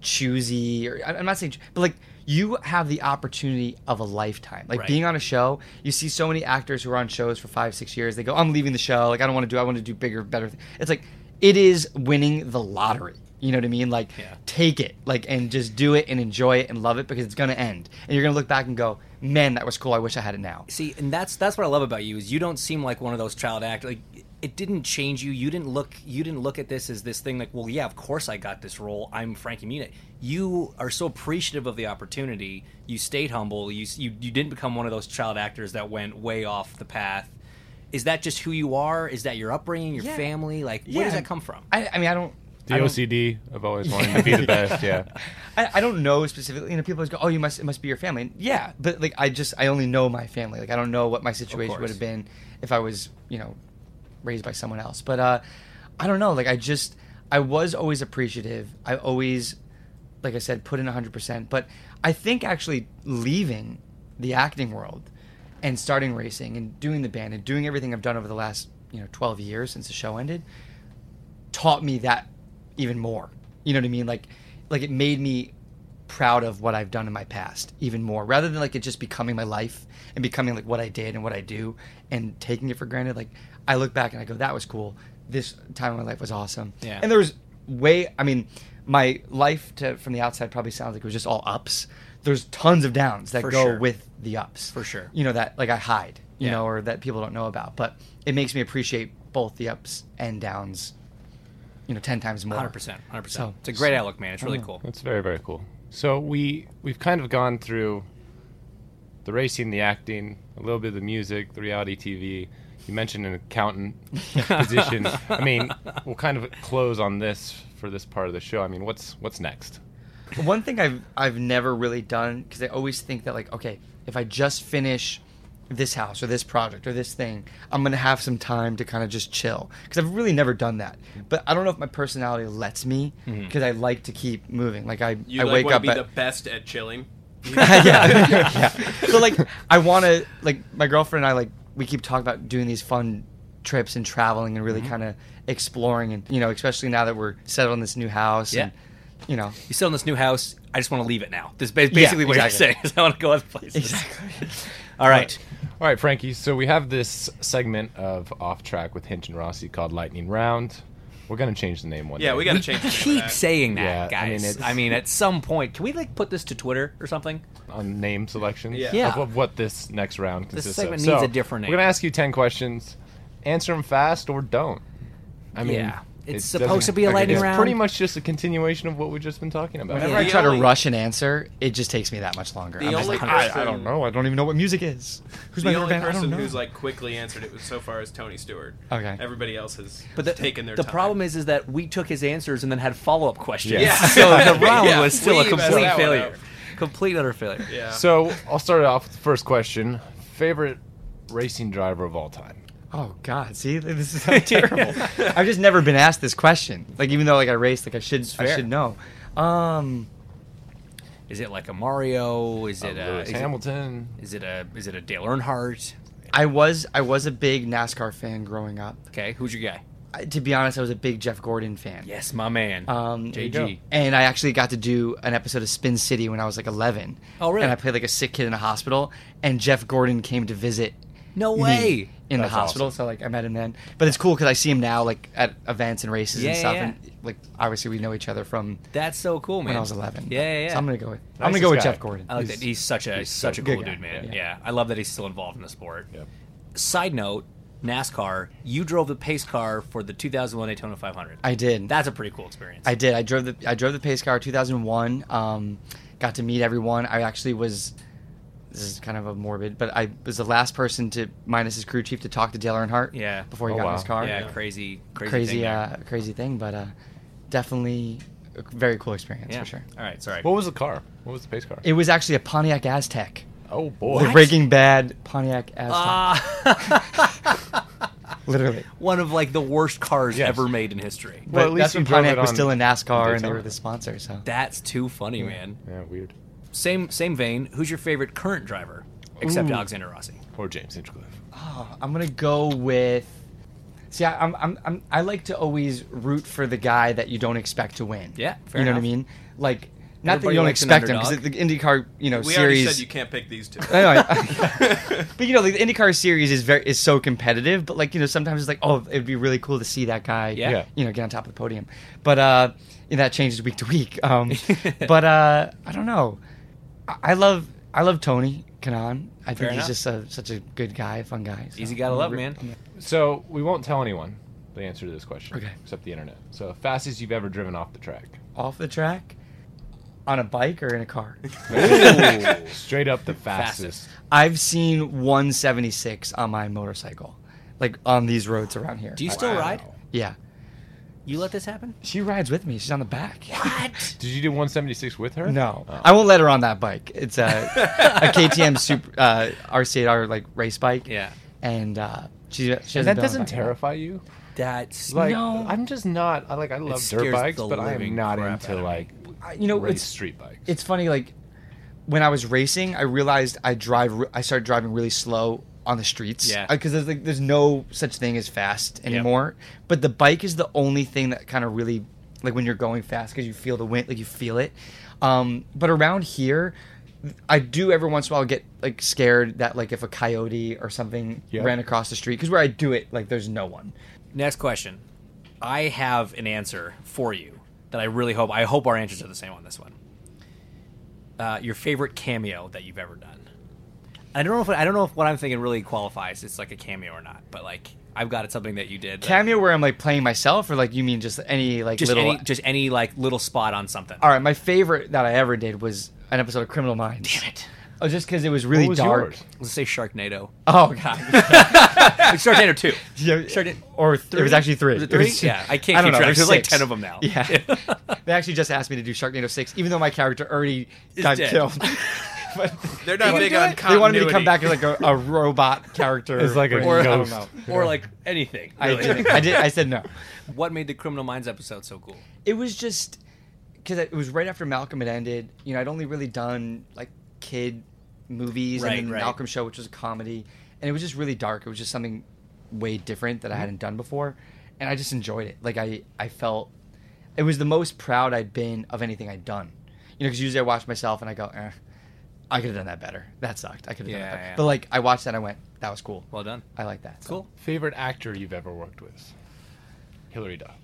[SPEAKER 10] choosy or I- I'm not saying, choo- but like you have the opportunity of a lifetime. Like
[SPEAKER 3] Right.
[SPEAKER 10] being on a show, you see so many actors who are on shows for five, six years. They go, I'm leaving the show. Like I don't want to do. I want to do bigger, better. Th-. It's like it is winning the lottery. You know what I mean? Like take it, like and just do it and enjoy it and love it because it's gonna end and you're gonna look back and go, man, that was cool. I wish I had it now.
[SPEAKER 3] See, and that's that's what I love about you is you don't seem like one of those child actors. Like it didn't change you. You didn't look you didn't look at this as this thing like, well, yeah, of course I got this role. I'm Frankie Muniz. You are so appreciative of the opportunity. You stayed humble. You s- you you didn't become one of those child actors that went way off the path. Is that just who you are? Is that your upbringing, your
[SPEAKER 10] Yeah.
[SPEAKER 3] family? Like, where does that come from?
[SPEAKER 10] I, I mean, I don't.
[SPEAKER 5] The
[SPEAKER 10] I don't-
[SPEAKER 5] OCD of always wanting to be the best. Yeah.
[SPEAKER 10] I, I don't know specifically. You know, people always go, "Oh, you must it must be your family." And yeah, but like I just I only know my family. Like I don't know what my situation would
[SPEAKER 3] course.
[SPEAKER 10] have been if I was you know raised by someone else. But uh, I don't know. Like I just I was always appreciative. I always, like I said, put in hundred percent. But I think actually leaving the acting world and starting racing and doing the band and doing everything I've done over the last you know twelve years since the show ended taught me that even more. You know what I mean? Like like it made me proud of what I've done in my past even more rather than like it just becoming my life and becoming like what I did and what I do and taking it for granted. Like I look back and I go that was cool. This time of my life was awesome.
[SPEAKER 3] Yeah.
[SPEAKER 10] And there was way I mean my life to, from the outside probably sounds like it was just all ups. There's tons of downs that
[SPEAKER 3] For
[SPEAKER 10] go
[SPEAKER 3] sure.
[SPEAKER 10] with the ups.
[SPEAKER 3] For sure.
[SPEAKER 10] You know that like I hide, you
[SPEAKER 3] Yeah.
[SPEAKER 10] know, or that people don't know about, but it makes me appreciate both the ups and downs you know, ten times more.
[SPEAKER 3] Hundred percent, hundred percent.
[SPEAKER 10] So-
[SPEAKER 3] It's a great outlook, man. It's really
[SPEAKER 10] Yeah.
[SPEAKER 3] cool.
[SPEAKER 5] That's very very cool. So we we've kind of gone through the racing, the acting, a little bit of the music, the reality TV. You mentioned an accountant position. I mean, we'll kind of close on this for this part of the show. I mean, what's what's next?
[SPEAKER 10] One thing I've I've never really done because I always think that like, okay, if I just finish this house or this project or this thing, I'm gonna have some time to kind of just chill because I've really never done that.
[SPEAKER 4] Mm-hmm.
[SPEAKER 10] But I don't know if my personality lets me
[SPEAKER 3] Mhm.
[SPEAKER 10] because I like to keep moving. Like I
[SPEAKER 4] You
[SPEAKER 10] I
[SPEAKER 4] like
[SPEAKER 10] wake
[SPEAKER 4] want to
[SPEAKER 10] up
[SPEAKER 4] be
[SPEAKER 10] at
[SPEAKER 4] the best at chilling.
[SPEAKER 10] yeah, yeah. So like, I want to like my girlfriend and I like we keep talking about doing these fun trips and traveling and
[SPEAKER 4] Mm-hmm.
[SPEAKER 10] really kind of exploring and you know especially now that we're settled in this new house and you know
[SPEAKER 3] You still in this new house. I just want to leave it now. This is ba-
[SPEAKER 10] Yeah,
[SPEAKER 3] basically what
[SPEAKER 10] exactly.
[SPEAKER 3] you're saying. Is I want to go other places.
[SPEAKER 10] Exactly.
[SPEAKER 3] All right.
[SPEAKER 5] All right, Frankie. So we have this segment of Off Track with Hinch and Rossi called Lightning Round. We're gonna change the name one
[SPEAKER 4] Yeah,
[SPEAKER 5] day.
[SPEAKER 4] we gotta change. the name of
[SPEAKER 3] Keep
[SPEAKER 4] that.
[SPEAKER 3] saying that,
[SPEAKER 5] Yeah, I mean,
[SPEAKER 3] guys. I mean,
[SPEAKER 5] it's-
[SPEAKER 3] at some point, can we like put this to Twitter or something?
[SPEAKER 5] on name selections
[SPEAKER 4] Yeah.
[SPEAKER 3] Yeah.
[SPEAKER 5] Of, of what this next round consists
[SPEAKER 3] segment
[SPEAKER 5] of.
[SPEAKER 3] needs
[SPEAKER 5] So,
[SPEAKER 3] a different
[SPEAKER 5] We're
[SPEAKER 3] name.
[SPEAKER 5] gonna ask you ten questions. Answer them fast or don't. I mean,
[SPEAKER 3] Yeah. It's
[SPEAKER 5] it doesn't-
[SPEAKER 3] supposed to be a
[SPEAKER 5] like,
[SPEAKER 3] lightning
[SPEAKER 5] it's
[SPEAKER 3] round.
[SPEAKER 5] Pretty much just a continuation of what we've just been talking about.
[SPEAKER 10] Whenever I try to rush an answer, it just takes me that much longer.
[SPEAKER 4] The
[SPEAKER 10] I'm just
[SPEAKER 4] only
[SPEAKER 10] like, I- I,
[SPEAKER 4] person-
[SPEAKER 10] don't know. I don't even know what music is. Who's my
[SPEAKER 4] the
[SPEAKER 10] favorite
[SPEAKER 4] only
[SPEAKER 10] band? I don't
[SPEAKER 4] person
[SPEAKER 10] know.
[SPEAKER 4] who's like quickly answered it was so far is Tony Stewart.
[SPEAKER 10] Okay.
[SPEAKER 4] Everybody else has
[SPEAKER 3] But the,
[SPEAKER 4] taken their
[SPEAKER 3] the
[SPEAKER 4] time.
[SPEAKER 3] problem is, is that we took his answers and then had follow up questions.
[SPEAKER 4] Yeah.
[SPEAKER 3] So the round
[SPEAKER 4] Yeah,
[SPEAKER 3] was still a
[SPEAKER 4] we messed
[SPEAKER 3] complete
[SPEAKER 4] that one
[SPEAKER 3] failure.
[SPEAKER 4] up.
[SPEAKER 3] Complete utter failure.
[SPEAKER 4] Yeah.
[SPEAKER 5] So I'll start it off with the first question: favorite racing driver of all time.
[SPEAKER 10] Oh God! See, this is so terrible. I've just never been asked this question. Like, even though like I raced, like I should, I
[SPEAKER 3] fair.
[SPEAKER 10] should know. Um,
[SPEAKER 3] Is it like a Mario? Is it a
[SPEAKER 5] Uh, Lewis
[SPEAKER 3] is it-
[SPEAKER 5] Hamilton.
[SPEAKER 3] Is it a is it a Dale Earnhardt?
[SPEAKER 10] I was, I was a big NASCAR fan growing up.
[SPEAKER 3] Okay, who's your guy?
[SPEAKER 10] I, to be honest, I was a big Jeff Gordon fan.
[SPEAKER 3] Yes, my man.
[SPEAKER 10] Um,
[SPEAKER 3] JG. There you go.
[SPEAKER 10] And I actually got to do an episode of Spin City when I was like 11.
[SPEAKER 3] Oh, really?
[SPEAKER 10] And I played like a sick kid in a hospital, and Jeff Gordon came to visit.
[SPEAKER 3] No
[SPEAKER 10] me
[SPEAKER 3] way.
[SPEAKER 10] In
[SPEAKER 5] That's
[SPEAKER 10] the hospital, so like I met him then. But it's cool because I see him now, like at events and races and
[SPEAKER 3] Yeah,
[SPEAKER 10] stuff,
[SPEAKER 3] yeah.
[SPEAKER 10] and like obviously we know each other from
[SPEAKER 3] That's so cool, man.
[SPEAKER 10] when I was 11.
[SPEAKER 3] Yeah, yeah. yeah.
[SPEAKER 10] So I'm gonna go with I'm gonna
[SPEAKER 5] Nicest
[SPEAKER 10] go with
[SPEAKER 5] guy.
[SPEAKER 10] Jeff Gordon.
[SPEAKER 3] I like
[SPEAKER 10] He's-
[SPEAKER 3] that. He's such a such a
[SPEAKER 10] good
[SPEAKER 3] cool
[SPEAKER 10] guy.
[SPEAKER 3] dude, man.
[SPEAKER 10] Yeah.
[SPEAKER 3] Yeah. I love that he's still involved in the sport. Side note, NASCAR, you drove the pace car for the 2001 Daytona 500.
[SPEAKER 10] I did.
[SPEAKER 3] That's a pretty cool experience.
[SPEAKER 10] I did. I drove the I drove the pace car 2001. Um, got to meet everyone. I actually was. This is kind of a morbid, but I was the last person to minus his crew chief to talk to Dale Earnhardt.
[SPEAKER 3] Yeah.
[SPEAKER 10] Before he
[SPEAKER 5] Oh,
[SPEAKER 10] got
[SPEAKER 5] wow.
[SPEAKER 10] in his car.
[SPEAKER 3] yeah, crazy, crazy,
[SPEAKER 10] Crazy,
[SPEAKER 3] thing there.
[SPEAKER 10] uh, crazy thing, but uh, definitely a very cool experience
[SPEAKER 3] yeah.
[SPEAKER 10] for sure.
[SPEAKER 3] All right, sorry.
[SPEAKER 5] What was the car? What was the pace car?
[SPEAKER 10] It was actually a Pontiac Aztec.
[SPEAKER 5] oh boy.
[SPEAKER 10] The Breaking Bad Pontiac Aztec. Literally.
[SPEAKER 3] One of like the worst cars
[SPEAKER 5] Yes.
[SPEAKER 3] ever made in history.
[SPEAKER 10] But
[SPEAKER 5] Well, at least
[SPEAKER 10] that's
[SPEAKER 5] you
[SPEAKER 10] when
[SPEAKER 5] drove
[SPEAKER 10] Pontiac
[SPEAKER 5] it
[SPEAKER 10] was
[SPEAKER 5] on
[SPEAKER 10] still in NASCAR and they
[SPEAKER 5] Daytona.
[SPEAKER 10] were the sponsor. So
[SPEAKER 3] That's too funny, man.
[SPEAKER 5] Yeah, weird.
[SPEAKER 3] Same same vein. Who's your favorite current driver, except Alexander Rossi?
[SPEAKER 5] Or James Hinchcliffe.
[SPEAKER 10] I'm gonna go with. See, I, I'm, I'm, I'm, I like to always root for the guy that you don't expect to win.
[SPEAKER 3] Yeah, fair
[SPEAKER 10] you know what I
[SPEAKER 3] enough.
[SPEAKER 10] mean. Like, not
[SPEAKER 3] Everybody
[SPEAKER 10] that you don't
[SPEAKER 3] likes an
[SPEAKER 10] expect him because
[SPEAKER 3] underdog.
[SPEAKER 10] the IndyCar, you know,
[SPEAKER 4] We already
[SPEAKER 10] series.
[SPEAKER 4] said you can't pick these two.
[SPEAKER 10] I know, I- but you know, like, the IndyCar series is very is so competitive. But like, you know, sometimes it's like, oh, it'd be really cool to see that guy,
[SPEAKER 3] Yeah. Yeah.
[SPEAKER 10] you know, get on top of the podium. But uh, and that changes week to week. Um, but uh, I don't know. I, I love I love Tony Kanon. I
[SPEAKER 3] Fair
[SPEAKER 10] think he's
[SPEAKER 3] enough.
[SPEAKER 10] just a, such a good guy, fun guy. so
[SPEAKER 3] Easy guy to
[SPEAKER 10] I'm
[SPEAKER 3] love,
[SPEAKER 10] root-
[SPEAKER 3] man.
[SPEAKER 5] So we won't tell anyone the answer to this question.
[SPEAKER 10] Okay.
[SPEAKER 5] Except the internet. So fastest you've ever driven off the track.
[SPEAKER 10] off the track on a bike or in a car.
[SPEAKER 5] Straight up the fastest.
[SPEAKER 10] I've seen 176 on my motorcycle, like on these roads around here.
[SPEAKER 3] Do you still ride?
[SPEAKER 10] yeah.
[SPEAKER 3] You let this happen?
[SPEAKER 10] She rides with me. She's on the back.
[SPEAKER 3] What?
[SPEAKER 5] Did you do 176 with her?
[SPEAKER 10] No, I won't let her on that bike. It's a, a KTM Super uh, RC8R like race bike.
[SPEAKER 3] Yeah.
[SPEAKER 10] and uh, she she
[SPEAKER 5] that
[SPEAKER 10] hasn't been on the
[SPEAKER 5] doesn't
[SPEAKER 10] bike yet.
[SPEAKER 5] terrify you.
[SPEAKER 3] That's
[SPEAKER 5] Like
[SPEAKER 3] no.
[SPEAKER 5] I'm just not. I like I love dirt
[SPEAKER 3] scares
[SPEAKER 5] bikes,
[SPEAKER 3] the
[SPEAKER 5] but I am
[SPEAKER 3] living
[SPEAKER 5] not
[SPEAKER 3] crap
[SPEAKER 5] into
[SPEAKER 3] out of me.
[SPEAKER 5] like
[SPEAKER 10] I- You know,
[SPEAKER 5] race
[SPEAKER 10] it's
[SPEAKER 5] street bikes.
[SPEAKER 10] it's funny like when i was racing i realized i drive re- i started driving really slow on the streets
[SPEAKER 3] Yeah.
[SPEAKER 10] because there's like there's no such thing as fast anymore but the bike is the only thing that kind of really like when you're going fast because you feel the wind like you feel it um but around here I do every once in a while get like scared that like if a coyote or something
[SPEAKER 5] Yeah.
[SPEAKER 10] ran across the street because where I do it like there's no one.
[SPEAKER 3] Next question. I have an answer for you that I really hope. I hope our answers are the same on this one. Uh, your favorite cameo that you've ever done. I don't know if I don't know if what I'm thinking really qualifies. It's like a cameo or not, but like I've got something that you did. that-
[SPEAKER 10] Cameo where I'm like playing myself or like you mean just any like
[SPEAKER 3] just
[SPEAKER 10] little
[SPEAKER 3] any just any like little spot on something.
[SPEAKER 10] All right, my favorite that I ever did was an episode of Criminal Minds. Damn it! Oh, just because it was really
[SPEAKER 5] was
[SPEAKER 10] dark.
[SPEAKER 5] yours?
[SPEAKER 3] Let's say Sharknado.
[SPEAKER 10] Oh god!
[SPEAKER 3] It's Sharknado two.
[SPEAKER 10] Yeah,
[SPEAKER 3] Sharknado
[SPEAKER 10] or three? It was actually three.
[SPEAKER 3] Was it three?
[SPEAKER 10] was-
[SPEAKER 3] yeah, I can't
[SPEAKER 10] I
[SPEAKER 3] keep
[SPEAKER 10] don't know.
[SPEAKER 3] track.
[SPEAKER 10] There's
[SPEAKER 3] There's like
[SPEAKER 10] six.
[SPEAKER 3] ten of them now.
[SPEAKER 10] Yeah. they actually just asked me to do Sharknado six, even though my character already got
[SPEAKER 3] dead.
[SPEAKER 10] killed. but
[SPEAKER 4] They're not big on continuity.
[SPEAKER 10] they wanted me to come back as like a, a robot character.
[SPEAKER 5] It's like a
[SPEAKER 10] or, I don't
[SPEAKER 5] ghost.
[SPEAKER 10] know.
[SPEAKER 3] or like anything.
[SPEAKER 10] I
[SPEAKER 3] really.
[SPEAKER 10] did. I did. I said no.
[SPEAKER 3] What made the Criminal Minds episode so cool?
[SPEAKER 10] it was just because it was right after Malcolm had ended. You know, I'd only really done like kid movies
[SPEAKER 3] Right,
[SPEAKER 10] and the
[SPEAKER 3] right.
[SPEAKER 10] Malcolm show, which was a comedy, and it was just really dark. It was just something way different
[SPEAKER 3] Mm-hmm.
[SPEAKER 10] that I hadn't done before, and I just enjoyed it. Like I, I felt it was the most proud I'd been of anything I'd done. You know, because usually I watch myself and I go, eh, I could have done that better. That sucked. I could have done
[SPEAKER 3] Yeah,
[SPEAKER 10] that better.
[SPEAKER 3] yeah.
[SPEAKER 10] But like I watched that, and I went, that was cool.
[SPEAKER 3] Well done.
[SPEAKER 10] I like that. So.
[SPEAKER 3] Cool.
[SPEAKER 5] Favorite actor you've ever worked with? Hillary Duff.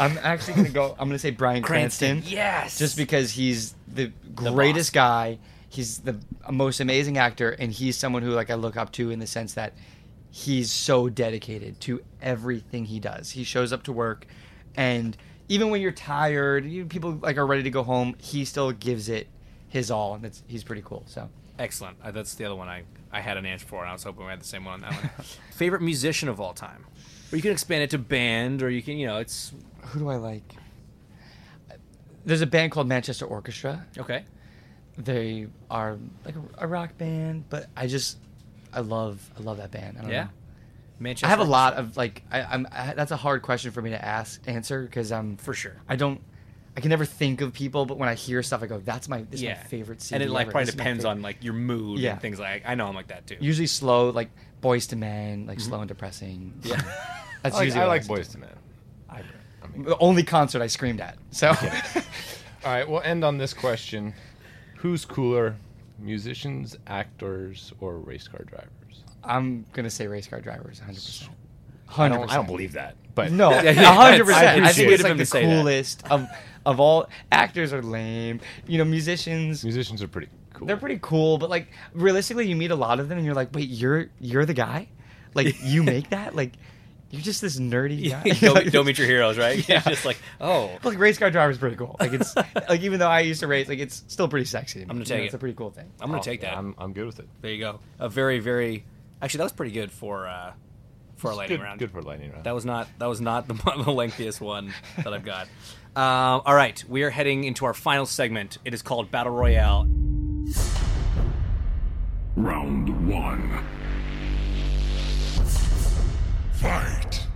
[SPEAKER 10] I'm actually gonna go. I'm gonna say Brian Cranston.
[SPEAKER 3] yes.
[SPEAKER 10] just because he's the greatest guy. He's the most amazing actor, and he's someone who like I look up to in the sense that he's so dedicated to everything he does. He shows up to work and even when you're tired, you, people like are ready to go home, he still gives it his all and it's, he's pretty cool. So
[SPEAKER 3] Excellent. Uh, that's the other one I, I had an answer for, and I was hoping we had the same one on that one. Favorite musician of all time? Or you can expand it to band, or you can, you know, it's.
[SPEAKER 10] Who do I like? there's a band called Manchester Orchestra.
[SPEAKER 3] Okay.
[SPEAKER 10] They are like a, a rock band, but I just I love I love that band. I don't
[SPEAKER 3] Yeah.
[SPEAKER 10] know.
[SPEAKER 3] Manchester
[SPEAKER 10] I have a lot of like I, I'm I, that's a hard question for me to ask answer because I'm
[SPEAKER 3] For sure.
[SPEAKER 10] I don't I can never think of people, but when I hear stuff, I go, "That's my this is my favorite." CD
[SPEAKER 3] And it like
[SPEAKER 10] ever.
[SPEAKER 3] probably
[SPEAKER 10] This is my
[SPEAKER 3] depends
[SPEAKER 10] favorite."
[SPEAKER 3] on like your mood
[SPEAKER 10] Yeah.
[SPEAKER 3] and things like I know I'm like that too.
[SPEAKER 10] usually slow like Boys to Men, like slow and depressing.
[SPEAKER 3] Mm-hmm. Yeah.
[SPEAKER 10] that's
[SPEAKER 5] I like-
[SPEAKER 10] usually
[SPEAKER 5] I
[SPEAKER 10] what
[SPEAKER 5] like Boyz
[SPEAKER 10] listen to.
[SPEAKER 5] II Men.
[SPEAKER 10] I, the only concert I screamed at. So
[SPEAKER 5] All right, we'll end on this question: Who's cooler, musicians, actors, or race car drivers?
[SPEAKER 10] I'm gonna say race car drivers, 100. percent
[SPEAKER 5] I don't, I don't believe that, but
[SPEAKER 10] no,
[SPEAKER 5] Yeah, yeah,
[SPEAKER 10] hundred
[SPEAKER 5] I
[SPEAKER 10] percent. I
[SPEAKER 5] appreciate
[SPEAKER 10] think it's
[SPEAKER 5] it.
[SPEAKER 10] like the coolest of of all. Actors are lame. You know, musicians.
[SPEAKER 5] Musicians are pretty cool.
[SPEAKER 10] They're pretty cool, but like realistically, you meet a lot of them, and you're like, wait, you're you're the guy, like you make that, like you're just this nerdy guy.
[SPEAKER 3] don't, don't meet your heroes, right? Yeah. just like, oh,
[SPEAKER 10] But, like race car drivers pretty cool. Like it's like even though I used to race, like it's still pretty sexy. To me.
[SPEAKER 3] I'm gonna
[SPEAKER 10] You know,
[SPEAKER 3] take it.
[SPEAKER 10] It's a pretty cool thing.
[SPEAKER 3] I'm gonna take that.
[SPEAKER 5] I'm, I'm good with it.
[SPEAKER 3] there you go. A very very, actually that was pretty good for uh for a
[SPEAKER 5] It's
[SPEAKER 3] lightning
[SPEAKER 5] good-
[SPEAKER 3] round.
[SPEAKER 5] Good for a lightning round.
[SPEAKER 3] That was not that was not the, the lengthiest one that I've got. Uh, all right, we are heading into our final segment. It is called Battle Royale.
[SPEAKER 12] Round one.
[SPEAKER 4] Fight.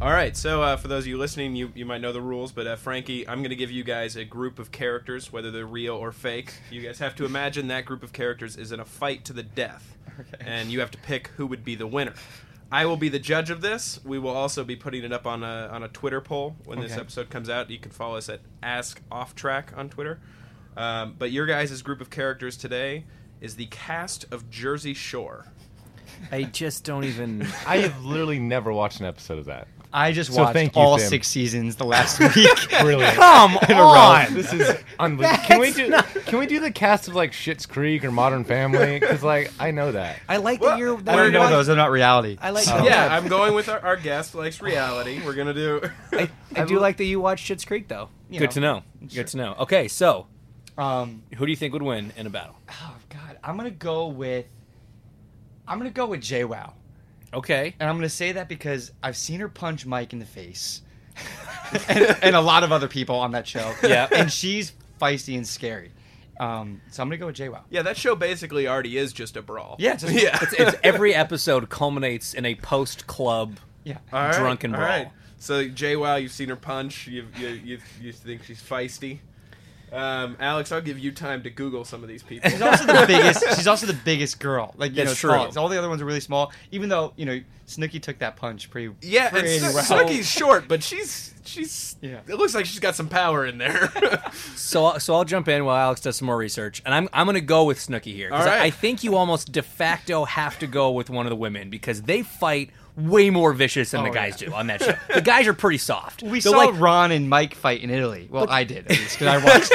[SPEAKER 4] All right, so uh, for those of you listening, you, you might know the rules, but uh, Frankie, I'm going to give you guys a group of characters, whether they're real or fake. You guys have to imagine that group of characters is in a fight to the death, and you have to pick who would be the winner. I will be the judge of this. We will also be putting it up on a on a Twitter poll when this
[SPEAKER 10] Okay.
[SPEAKER 4] episode comes out. You can follow us at Ask Off Track on Twitter. Um, but your guys' group of characters today is the cast of Jersey Shore.
[SPEAKER 3] I just don't even.
[SPEAKER 5] I have literally never watched an episode of that.
[SPEAKER 10] I just
[SPEAKER 5] So
[SPEAKER 10] watched
[SPEAKER 5] thank you,
[SPEAKER 10] all
[SPEAKER 5] Sam.
[SPEAKER 10] six seasons the last week.
[SPEAKER 5] Brilliant.
[SPEAKER 3] Come
[SPEAKER 10] In a row.
[SPEAKER 3] on.
[SPEAKER 5] This is unbelievable. Can we do? Can we do the cast of like Schitt's Creek or Modern Family? Because like I know that.
[SPEAKER 3] I like that you're.
[SPEAKER 10] I don't know those. They're not reality.
[SPEAKER 3] I like.
[SPEAKER 4] yeah, I'm going with our, our guest likes reality. We're gonna do.
[SPEAKER 3] I, I do like that you watch Shit's Creek though.
[SPEAKER 10] You
[SPEAKER 3] Good
[SPEAKER 10] know.
[SPEAKER 3] to know. Good to know. Okay, so
[SPEAKER 10] Um,
[SPEAKER 3] who do you think would win in a battle?
[SPEAKER 10] oh God, I'm gonna go with. I'm gonna go with JWoww,
[SPEAKER 3] Okay.
[SPEAKER 10] and I'm gonna say that because I've seen her punch Mike in the face, and, and a lot of other people on that show.
[SPEAKER 3] Yeah.
[SPEAKER 10] and she's feisty and scary. Um, so I'm gonna go with JWoww.
[SPEAKER 4] yeah, that show basically already is just a brawl.
[SPEAKER 10] Yeah, just,
[SPEAKER 4] yeah.
[SPEAKER 3] It's, it's every episode culminates in a post club
[SPEAKER 10] yeah.
[SPEAKER 4] All right,
[SPEAKER 3] drunken
[SPEAKER 4] all
[SPEAKER 3] brawl.
[SPEAKER 4] right. So Jay, wow, you've seen her punch. You've, you you you think she's feisty. Um, Alex, I'll give you time to Google some of these people.
[SPEAKER 10] She's also the biggest. She's also the biggest girl. Like you
[SPEAKER 3] That's
[SPEAKER 10] know,
[SPEAKER 3] true.
[SPEAKER 10] tall. All the other ones are really small. Even though you know, Snooki took that punch pretty.
[SPEAKER 4] yeah, and
[SPEAKER 10] pretty well.
[SPEAKER 4] Snooki's short, but she's she's.
[SPEAKER 10] Yeah.
[SPEAKER 4] It looks like she's got some power in there.
[SPEAKER 3] So, so I'll jump in while Alex does some more research, and I'm I'm gonna go with Snooki here 'cause
[SPEAKER 4] All right.
[SPEAKER 3] I, I think you almost de facto have to go with one of the women because they fight way more vicious than the
[SPEAKER 10] Oh,
[SPEAKER 3] guys do on that show. The guys are pretty soft.
[SPEAKER 10] We
[SPEAKER 3] They're
[SPEAKER 10] saw
[SPEAKER 3] like,
[SPEAKER 10] Ron and Mike fight in Italy. Well, I did at least because I watched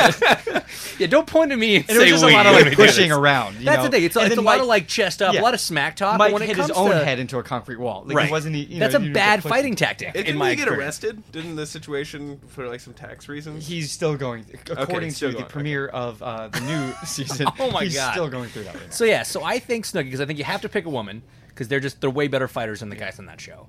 [SPEAKER 10] it.
[SPEAKER 3] yeah, don't point at me and,
[SPEAKER 10] And it was
[SPEAKER 3] say
[SPEAKER 10] just a
[SPEAKER 3] we
[SPEAKER 10] lot of
[SPEAKER 3] when
[SPEAKER 10] like
[SPEAKER 3] we do
[SPEAKER 10] pushing
[SPEAKER 3] this.
[SPEAKER 10] around. you
[SPEAKER 3] That's
[SPEAKER 10] know?
[SPEAKER 3] the thing. It's,
[SPEAKER 10] And
[SPEAKER 3] it's a
[SPEAKER 10] then
[SPEAKER 3] lot of
[SPEAKER 10] Mike-
[SPEAKER 3] like chest up, a
[SPEAKER 10] yeah.
[SPEAKER 3] lot of smack talk.
[SPEAKER 10] Mike
[SPEAKER 3] but when it
[SPEAKER 10] hit
[SPEAKER 3] comes
[SPEAKER 10] his own
[SPEAKER 3] to,
[SPEAKER 10] head into a concrete wall. Like
[SPEAKER 3] right.
[SPEAKER 10] it wasn't. e, You know,
[SPEAKER 3] That's a
[SPEAKER 10] you were
[SPEAKER 3] bad
[SPEAKER 10] pushing-
[SPEAKER 3] fighting tactic.
[SPEAKER 4] Didn't
[SPEAKER 3] in my
[SPEAKER 4] he get
[SPEAKER 3] experience.
[SPEAKER 4] arrested? Didn't the situation for like some tax reasons?
[SPEAKER 10] He's still going, according
[SPEAKER 4] still
[SPEAKER 10] to
[SPEAKER 4] going,
[SPEAKER 10] the
[SPEAKER 4] okay.
[SPEAKER 10] premiere of uh, the new season.
[SPEAKER 3] Oh my
[SPEAKER 10] he's
[SPEAKER 3] God.
[SPEAKER 10] still going through that. Right now.
[SPEAKER 3] So yeah, so I think Snooki because I think you have to pick a woman because they're just they're way better fighters than the guys on that show.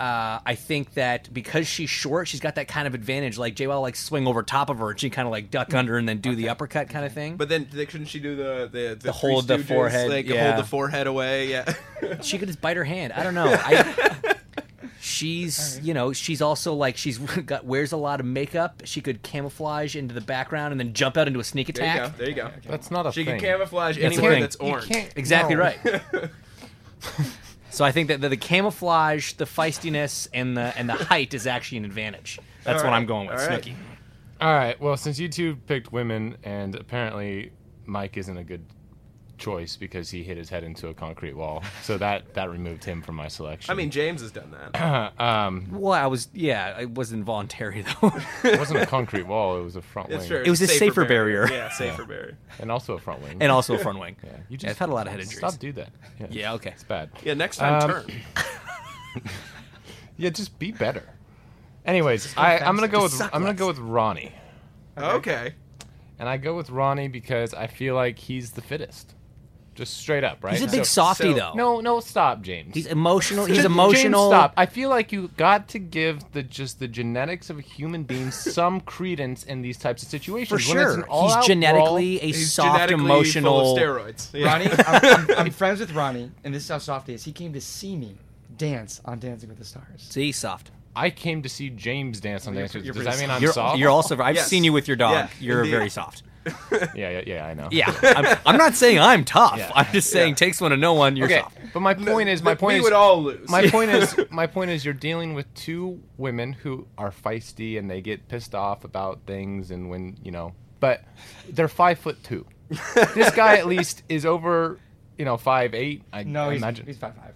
[SPEAKER 3] Uh, I think that because she's short, she's got that kind of advantage. Like Jay will like swing over top of her, and she kind of like duck under and then do the uppercut kind of thing. But
[SPEAKER 4] But then they- couldn't she do the the, the, Three
[SPEAKER 3] hold the
[SPEAKER 4] Stooges,
[SPEAKER 3] forehead,
[SPEAKER 4] like
[SPEAKER 3] yeah.
[SPEAKER 4] hold the forehead away? Yeah.
[SPEAKER 3] she could just bite her hand. I don't know. I, she's you know she's also like she's got wears a lot of makeup. She could camouflage into the background and then jump out into a sneak
[SPEAKER 4] there you go.
[SPEAKER 3] attack.
[SPEAKER 4] There you go.
[SPEAKER 5] That's not a
[SPEAKER 4] She
[SPEAKER 5] thing.
[SPEAKER 4] can camouflage
[SPEAKER 3] That's the
[SPEAKER 4] anywhere
[SPEAKER 3] thing.
[SPEAKER 4] that's orange.
[SPEAKER 3] Exactly
[SPEAKER 5] No.
[SPEAKER 3] right. so I think that the, the camouflage, the feistiness, and the and the height is actually an advantage. That's
[SPEAKER 4] All
[SPEAKER 3] what
[SPEAKER 4] right.
[SPEAKER 3] I'm going with,
[SPEAKER 4] All right.
[SPEAKER 3] Snooki.
[SPEAKER 5] All right. Well, since you two picked women, and apparently Mike isn't a good choice because he hit his head into a concrete wall. So that that removed him from my selection.
[SPEAKER 4] I mean, James has done that.
[SPEAKER 5] um,
[SPEAKER 3] well, I was yeah, it wasn't voluntary though.
[SPEAKER 5] it wasn't a concrete wall; it was a front
[SPEAKER 4] That's
[SPEAKER 5] wing.
[SPEAKER 4] true.
[SPEAKER 3] It was a Safer safer barrier. barrier.
[SPEAKER 4] Yeah, safer barrier.
[SPEAKER 5] and also a front wing,
[SPEAKER 3] And also a front wing.
[SPEAKER 5] Yeah,
[SPEAKER 3] Yeah, I've had a lot of head injuries.
[SPEAKER 5] Stop do that. Yeah,
[SPEAKER 3] Yeah, okay.
[SPEAKER 5] it's bad.
[SPEAKER 4] Yeah, next time
[SPEAKER 5] Um,
[SPEAKER 4] turn.
[SPEAKER 5] Yeah, just be better. Anyways, I, I'm gonna go with I'm gonna go with Ronnie,
[SPEAKER 4] Okay.
[SPEAKER 5] and I go with Ronnie because I feel like he's the fittest, just straight up, right?
[SPEAKER 3] He's a big softy though.
[SPEAKER 5] No, no, stop, James.
[SPEAKER 3] He's emotional. He's
[SPEAKER 5] Just-
[SPEAKER 3] emotional.
[SPEAKER 5] James, stop. I feel like you got to give the just the genetics of a human being some credence in these types of situations.
[SPEAKER 3] For
[SPEAKER 5] When it's
[SPEAKER 3] sure.
[SPEAKER 5] an all-out
[SPEAKER 3] He's genetically
[SPEAKER 5] brawl-
[SPEAKER 3] a
[SPEAKER 4] He's
[SPEAKER 3] soft,
[SPEAKER 4] genetically
[SPEAKER 3] emotional.
[SPEAKER 4] Full of steroids. Yeah.
[SPEAKER 10] Ronnie, I'm, I'm, I'm friends with Ronnie, and this is how soft he is. He came to see me dance on Dancing with the Stars.
[SPEAKER 3] See, soft.
[SPEAKER 5] I came to see James dance on Dance with- Does that mean I'm
[SPEAKER 3] you're,
[SPEAKER 5] soft?
[SPEAKER 3] You're also. I've
[SPEAKER 4] Yes.
[SPEAKER 3] seen you with your dog.
[SPEAKER 4] Yeah,
[SPEAKER 3] you're
[SPEAKER 4] indeed.
[SPEAKER 3] very soft.
[SPEAKER 5] yeah, yeah, yeah. I know.
[SPEAKER 3] Yeah, I'm, I'm not saying I'm tough. I'm just saying takes one to know one. You're
[SPEAKER 5] Okay,
[SPEAKER 3] soft.
[SPEAKER 5] but my point is, my
[SPEAKER 4] We
[SPEAKER 5] point is,
[SPEAKER 4] would all lose.
[SPEAKER 5] my point is, my point is, you're dealing with two women who are feisty and they get pissed off about things, and when you know, but they're five foot two. this guy at least is over, you know, five eight. I,
[SPEAKER 10] No,
[SPEAKER 5] I
[SPEAKER 10] he's,
[SPEAKER 5] imagine
[SPEAKER 10] he's five five.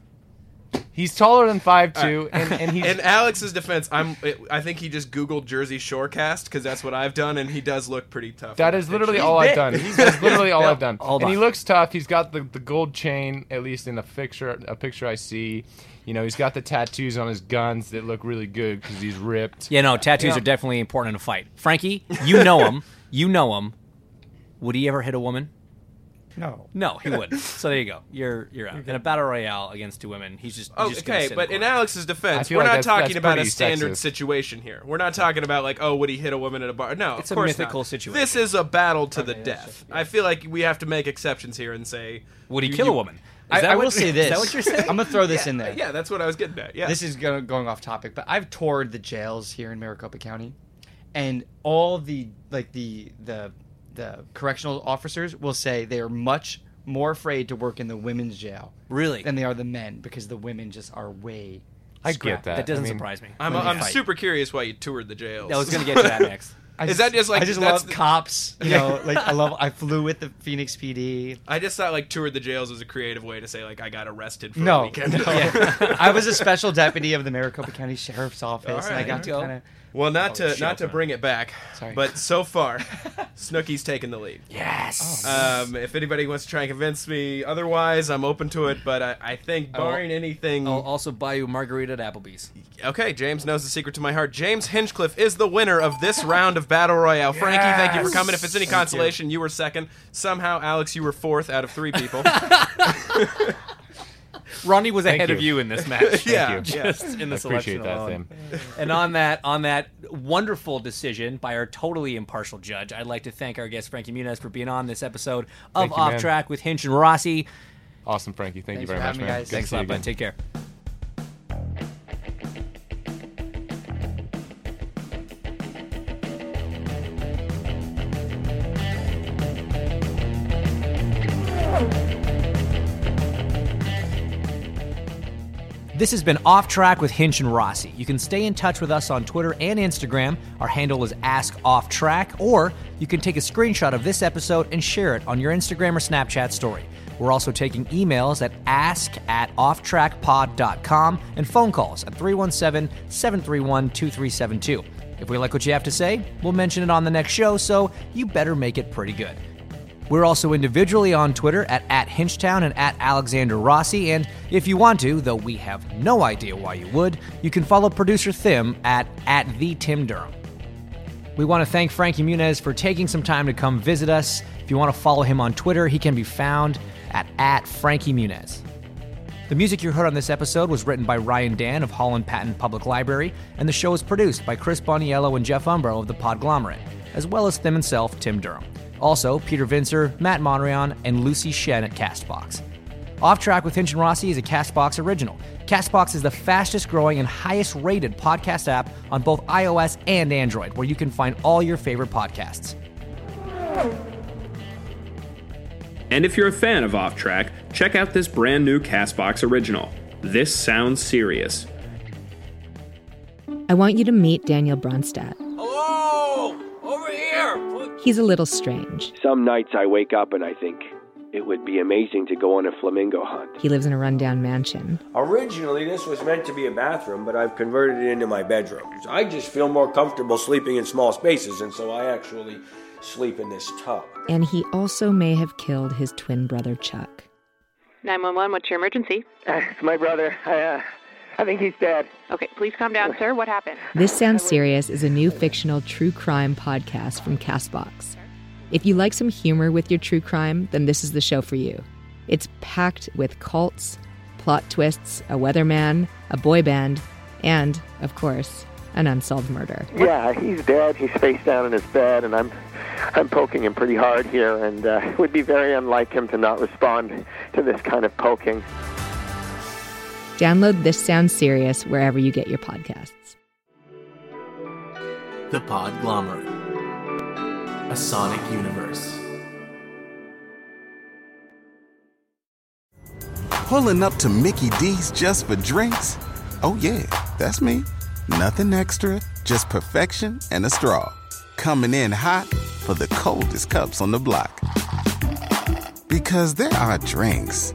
[SPEAKER 5] He's taller than five two, and, and he's
[SPEAKER 4] In Alex's defense, I'm. I think he just Googled Jersey Shore cast because that's what I've done, and he does look pretty tough.
[SPEAKER 5] that
[SPEAKER 4] in
[SPEAKER 5] is
[SPEAKER 4] picture.
[SPEAKER 5] literally all I've done. That's literally all I've done.
[SPEAKER 3] Hold
[SPEAKER 5] and he
[SPEAKER 3] on.
[SPEAKER 5] looks tough. He's got the, the gold chain, at least in a picture a picture I see. You know, he's got the tattoos on his guns that look really good because he's ripped.
[SPEAKER 3] Yeah, no, tattoos
[SPEAKER 5] Yeah.
[SPEAKER 3] are definitely important in a fight. Frankie, you know him. you know him. Would he ever hit a woman?
[SPEAKER 10] No.
[SPEAKER 3] No, he wouldn't. So there you go. You're you're out. In a battle royale against two women, he's just, he's
[SPEAKER 4] Oh,
[SPEAKER 3] just gonna
[SPEAKER 4] okay,
[SPEAKER 3] sit
[SPEAKER 4] but in
[SPEAKER 3] corner.
[SPEAKER 4] Alex's
[SPEAKER 5] I
[SPEAKER 4] defense,
[SPEAKER 5] feel
[SPEAKER 4] we're
[SPEAKER 5] like
[SPEAKER 4] not
[SPEAKER 5] that's-
[SPEAKER 4] talking
[SPEAKER 5] that's
[SPEAKER 4] about a
[SPEAKER 5] pretty
[SPEAKER 4] standard
[SPEAKER 5] sexist.
[SPEAKER 4] situation here. We're not talking about like, oh, would he hit a woman at a bar? No,
[SPEAKER 3] It's
[SPEAKER 4] of
[SPEAKER 3] a
[SPEAKER 4] course
[SPEAKER 3] mythical
[SPEAKER 4] not.
[SPEAKER 3] situation.
[SPEAKER 4] This is a battle to the death. I feel like we have to make exceptions here and say,
[SPEAKER 3] would he
[SPEAKER 4] you-
[SPEAKER 3] kill
[SPEAKER 4] you-
[SPEAKER 3] a woman? Is
[SPEAKER 10] I,
[SPEAKER 3] that
[SPEAKER 10] I
[SPEAKER 3] what-
[SPEAKER 10] will say
[SPEAKER 3] is
[SPEAKER 10] this.
[SPEAKER 3] that what you're saying?
[SPEAKER 10] I'm gonna throw this in there.
[SPEAKER 4] Yeah, that's what I was getting at. Yeah,
[SPEAKER 10] This is go- going off topic, but I've toured the jails here in Maricopa County, and all the like the the the correctional officers will say they are much more afraid to work in the women's jail
[SPEAKER 3] Really?
[SPEAKER 10] than they are the men because the women just are way.
[SPEAKER 5] I get that.
[SPEAKER 3] that doesn't
[SPEAKER 5] I mean,
[SPEAKER 3] surprise me.
[SPEAKER 4] I'm,
[SPEAKER 10] when you
[SPEAKER 4] I'm
[SPEAKER 10] fight.
[SPEAKER 4] super curious why you toured the jails.
[SPEAKER 3] I was gonna get to that next.
[SPEAKER 10] I
[SPEAKER 4] Is that just like-
[SPEAKER 10] I just
[SPEAKER 4] that's
[SPEAKER 10] love
[SPEAKER 4] the-
[SPEAKER 10] cops? You know, like I love. I flew with the Phoenix PD.
[SPEAKER 4] I just thought like toured the jails was a creative way to say like I got arrested for a
[SPEAKER 10] No,
[SPEAKER 4] weekend.
[SPEAKER 10] no. I was a special deputy of the Maricopa County Sheriff's Office, and I
[SPEAKER 4] right,
[SPEAKER 10] got to
[SPEAKER 3] go.
[SPEAKER 10] kind of.
[SPEAKER 4] Well, not to not to bring it back,
[SPEAKER 10] Sorry.
[SPEAKER 4] but so far, Snooky's taken the lead.
[SPEAKER 5] Oh,
[SPEAKER 3] Yes.
[SPEAKER 4] Um, if anybody wants to try and convince me otherwise, I'm open to it. But I, I think barring anything,
[SPEAKER 3] I'll also buy you a margarita at Applebee's.
[SPEAKER 4] okay. James knows the secret to my heart. James Hinchcliffe is the winner of this round of battle royale. Frankie, thank you for coming. If it's any consolation, you. were second. Somehow, Alex, you were fourth out of three people.
[SPEAKER 3] Ronnie was ahead
[SPEAKER 5] you.
[SPEAKER 3] of you in this match.
[SPEAKER 4] yeah,
[SPEAKER 5] you.
[SPEAKER 4] yeah.
[SPEAKER 3] Just in
[SPEAKER 5] I
[SPEAKER 3] the
[SPEAKER 5] appreciate
[SPEAKER 3] selection
[SPEAKER 5] that,
[SPEAKER 3] alone.
[SPEAKER 5] Sam.
[SPEAKER 3] and on that on that wonderful decision by our totally impartial judge, I'd like to thank our guest Frankie Muniz for being on this episode of
[SPEAKER 5] Thank you,
[SPEAKER 3] Off
[SPEAKER 5] man.
[SPEAKER 3] Track with Hinch and Rossi.
[SPEAKER 5] Awesome, Frankie. Thank you very
[SPEAKER 10] Thanks for
[SPEAKER 5] much,
[SPEAKER 10] having me,
[SPEAKER 5] man. Good
[SPEAKER 10] guys.
[SPEAKER 5] to
[SPEAKER 3] Thanks
[SPEAKER 5] see
[SPEAKER 3] a
[SPEAKER 5] you
[SPEAKER 3] lot,
[SPEAKER 5] again.
[SPEAKER 3] bud. Take care. This has been Off Track with Hinch and Rossi. You can stay in touch with us on Twitter and Instagram. Our handle is Ask Off Track, or you can take a screenshot of this episode and share it on your Instagram or Snapchat story. We're also taking emails at ask at offtrackpod.com and phone calls at 317 731 2372. If we like what you have to say, we'll mention it on the next show, so you better make it pretty good. We're also individually on Twitter at, at Hinchtown and at Alexander Rossi. And if you want to, though we have no idea why you would, you can follow producer Thim at, at the Tim Durham. We want to thank Frankie Muniz for taking some time to come visit us. If you want to follow him on Twitter, he can be found at, at Frankie Muniz. The music you heard on this episode was written by Ryan Dan of Holland Patton Public Library, and the show is produced by Chris Boniello and Jeff Umbro of the Podglomerate, as well as them himself, Tim Durham. Also, Peter Vincer, Matt Monreon, and Lucy Shen at Castbox. Off Track with Hinch and Rossi is a Castbox original. Castbox is the fastest growing and highest rated podcast app on both iOS and Android, where you can find all your favorite podcasts.
[SPEAKER 13] And if you're a fan of Off Track, check out this brand new Castbox original. This sounds serious.
[SPEAKER 14] I want you to meet Daniel Bronstadt.
[SPEAKER 3] Hello! Over here!
[SPEAKER 14] He's a little strange.
[SPEAKER 15] Some nights I wake up and I think,
[SPEAKER 4] It would be amazing to go on a flamingo hunt.
[SPEAKER 14] He lives in a rundown mansion.
[SPEAKER 4] Originally, this was meant to be a bathroom, but I've converted it into my bedroom. I just feel more comfortable sleeping in small spaces, and so I actually sleep in this tub.
[SPEAKER 14] And he also may have killed his twin brother, Chuck.
[SPEAKER 16] 911, what's your emergency?
[SPEAKER 6] Uh, it's my brother. I, uh, I think he's dead.
[SPEAKER 16] Okay, please calm down, sir. What happened?
[SPEAKER 14] This Sounds Serious is a new fictional true crime podcast from Castbox. If you like some humor with your true crime, then this is the show for you. It's packed with cults, plot twists, a weatherman, a boy band, and, of course, an unsolved murder.
[SPEAKER 6] Yeah, he's dead. He's face down in his bed, and I'm, I'm poking him pretty hard here, and uh, it would be very unlike him to not respond to this kind of poking.
[SPEAKER 14] Download This Sounds Serious wherever you get your podcasts.
[SPEAKER 5] The Podglomerate. A Sonic Universe.
[SPEAKER 17] Pulling up to Mickey D's just for drinks? Oh, yeah, that's me. Nothing extra, just perfection and a straw. Coming in hot for the coldest cups on the block. Because there are drinks,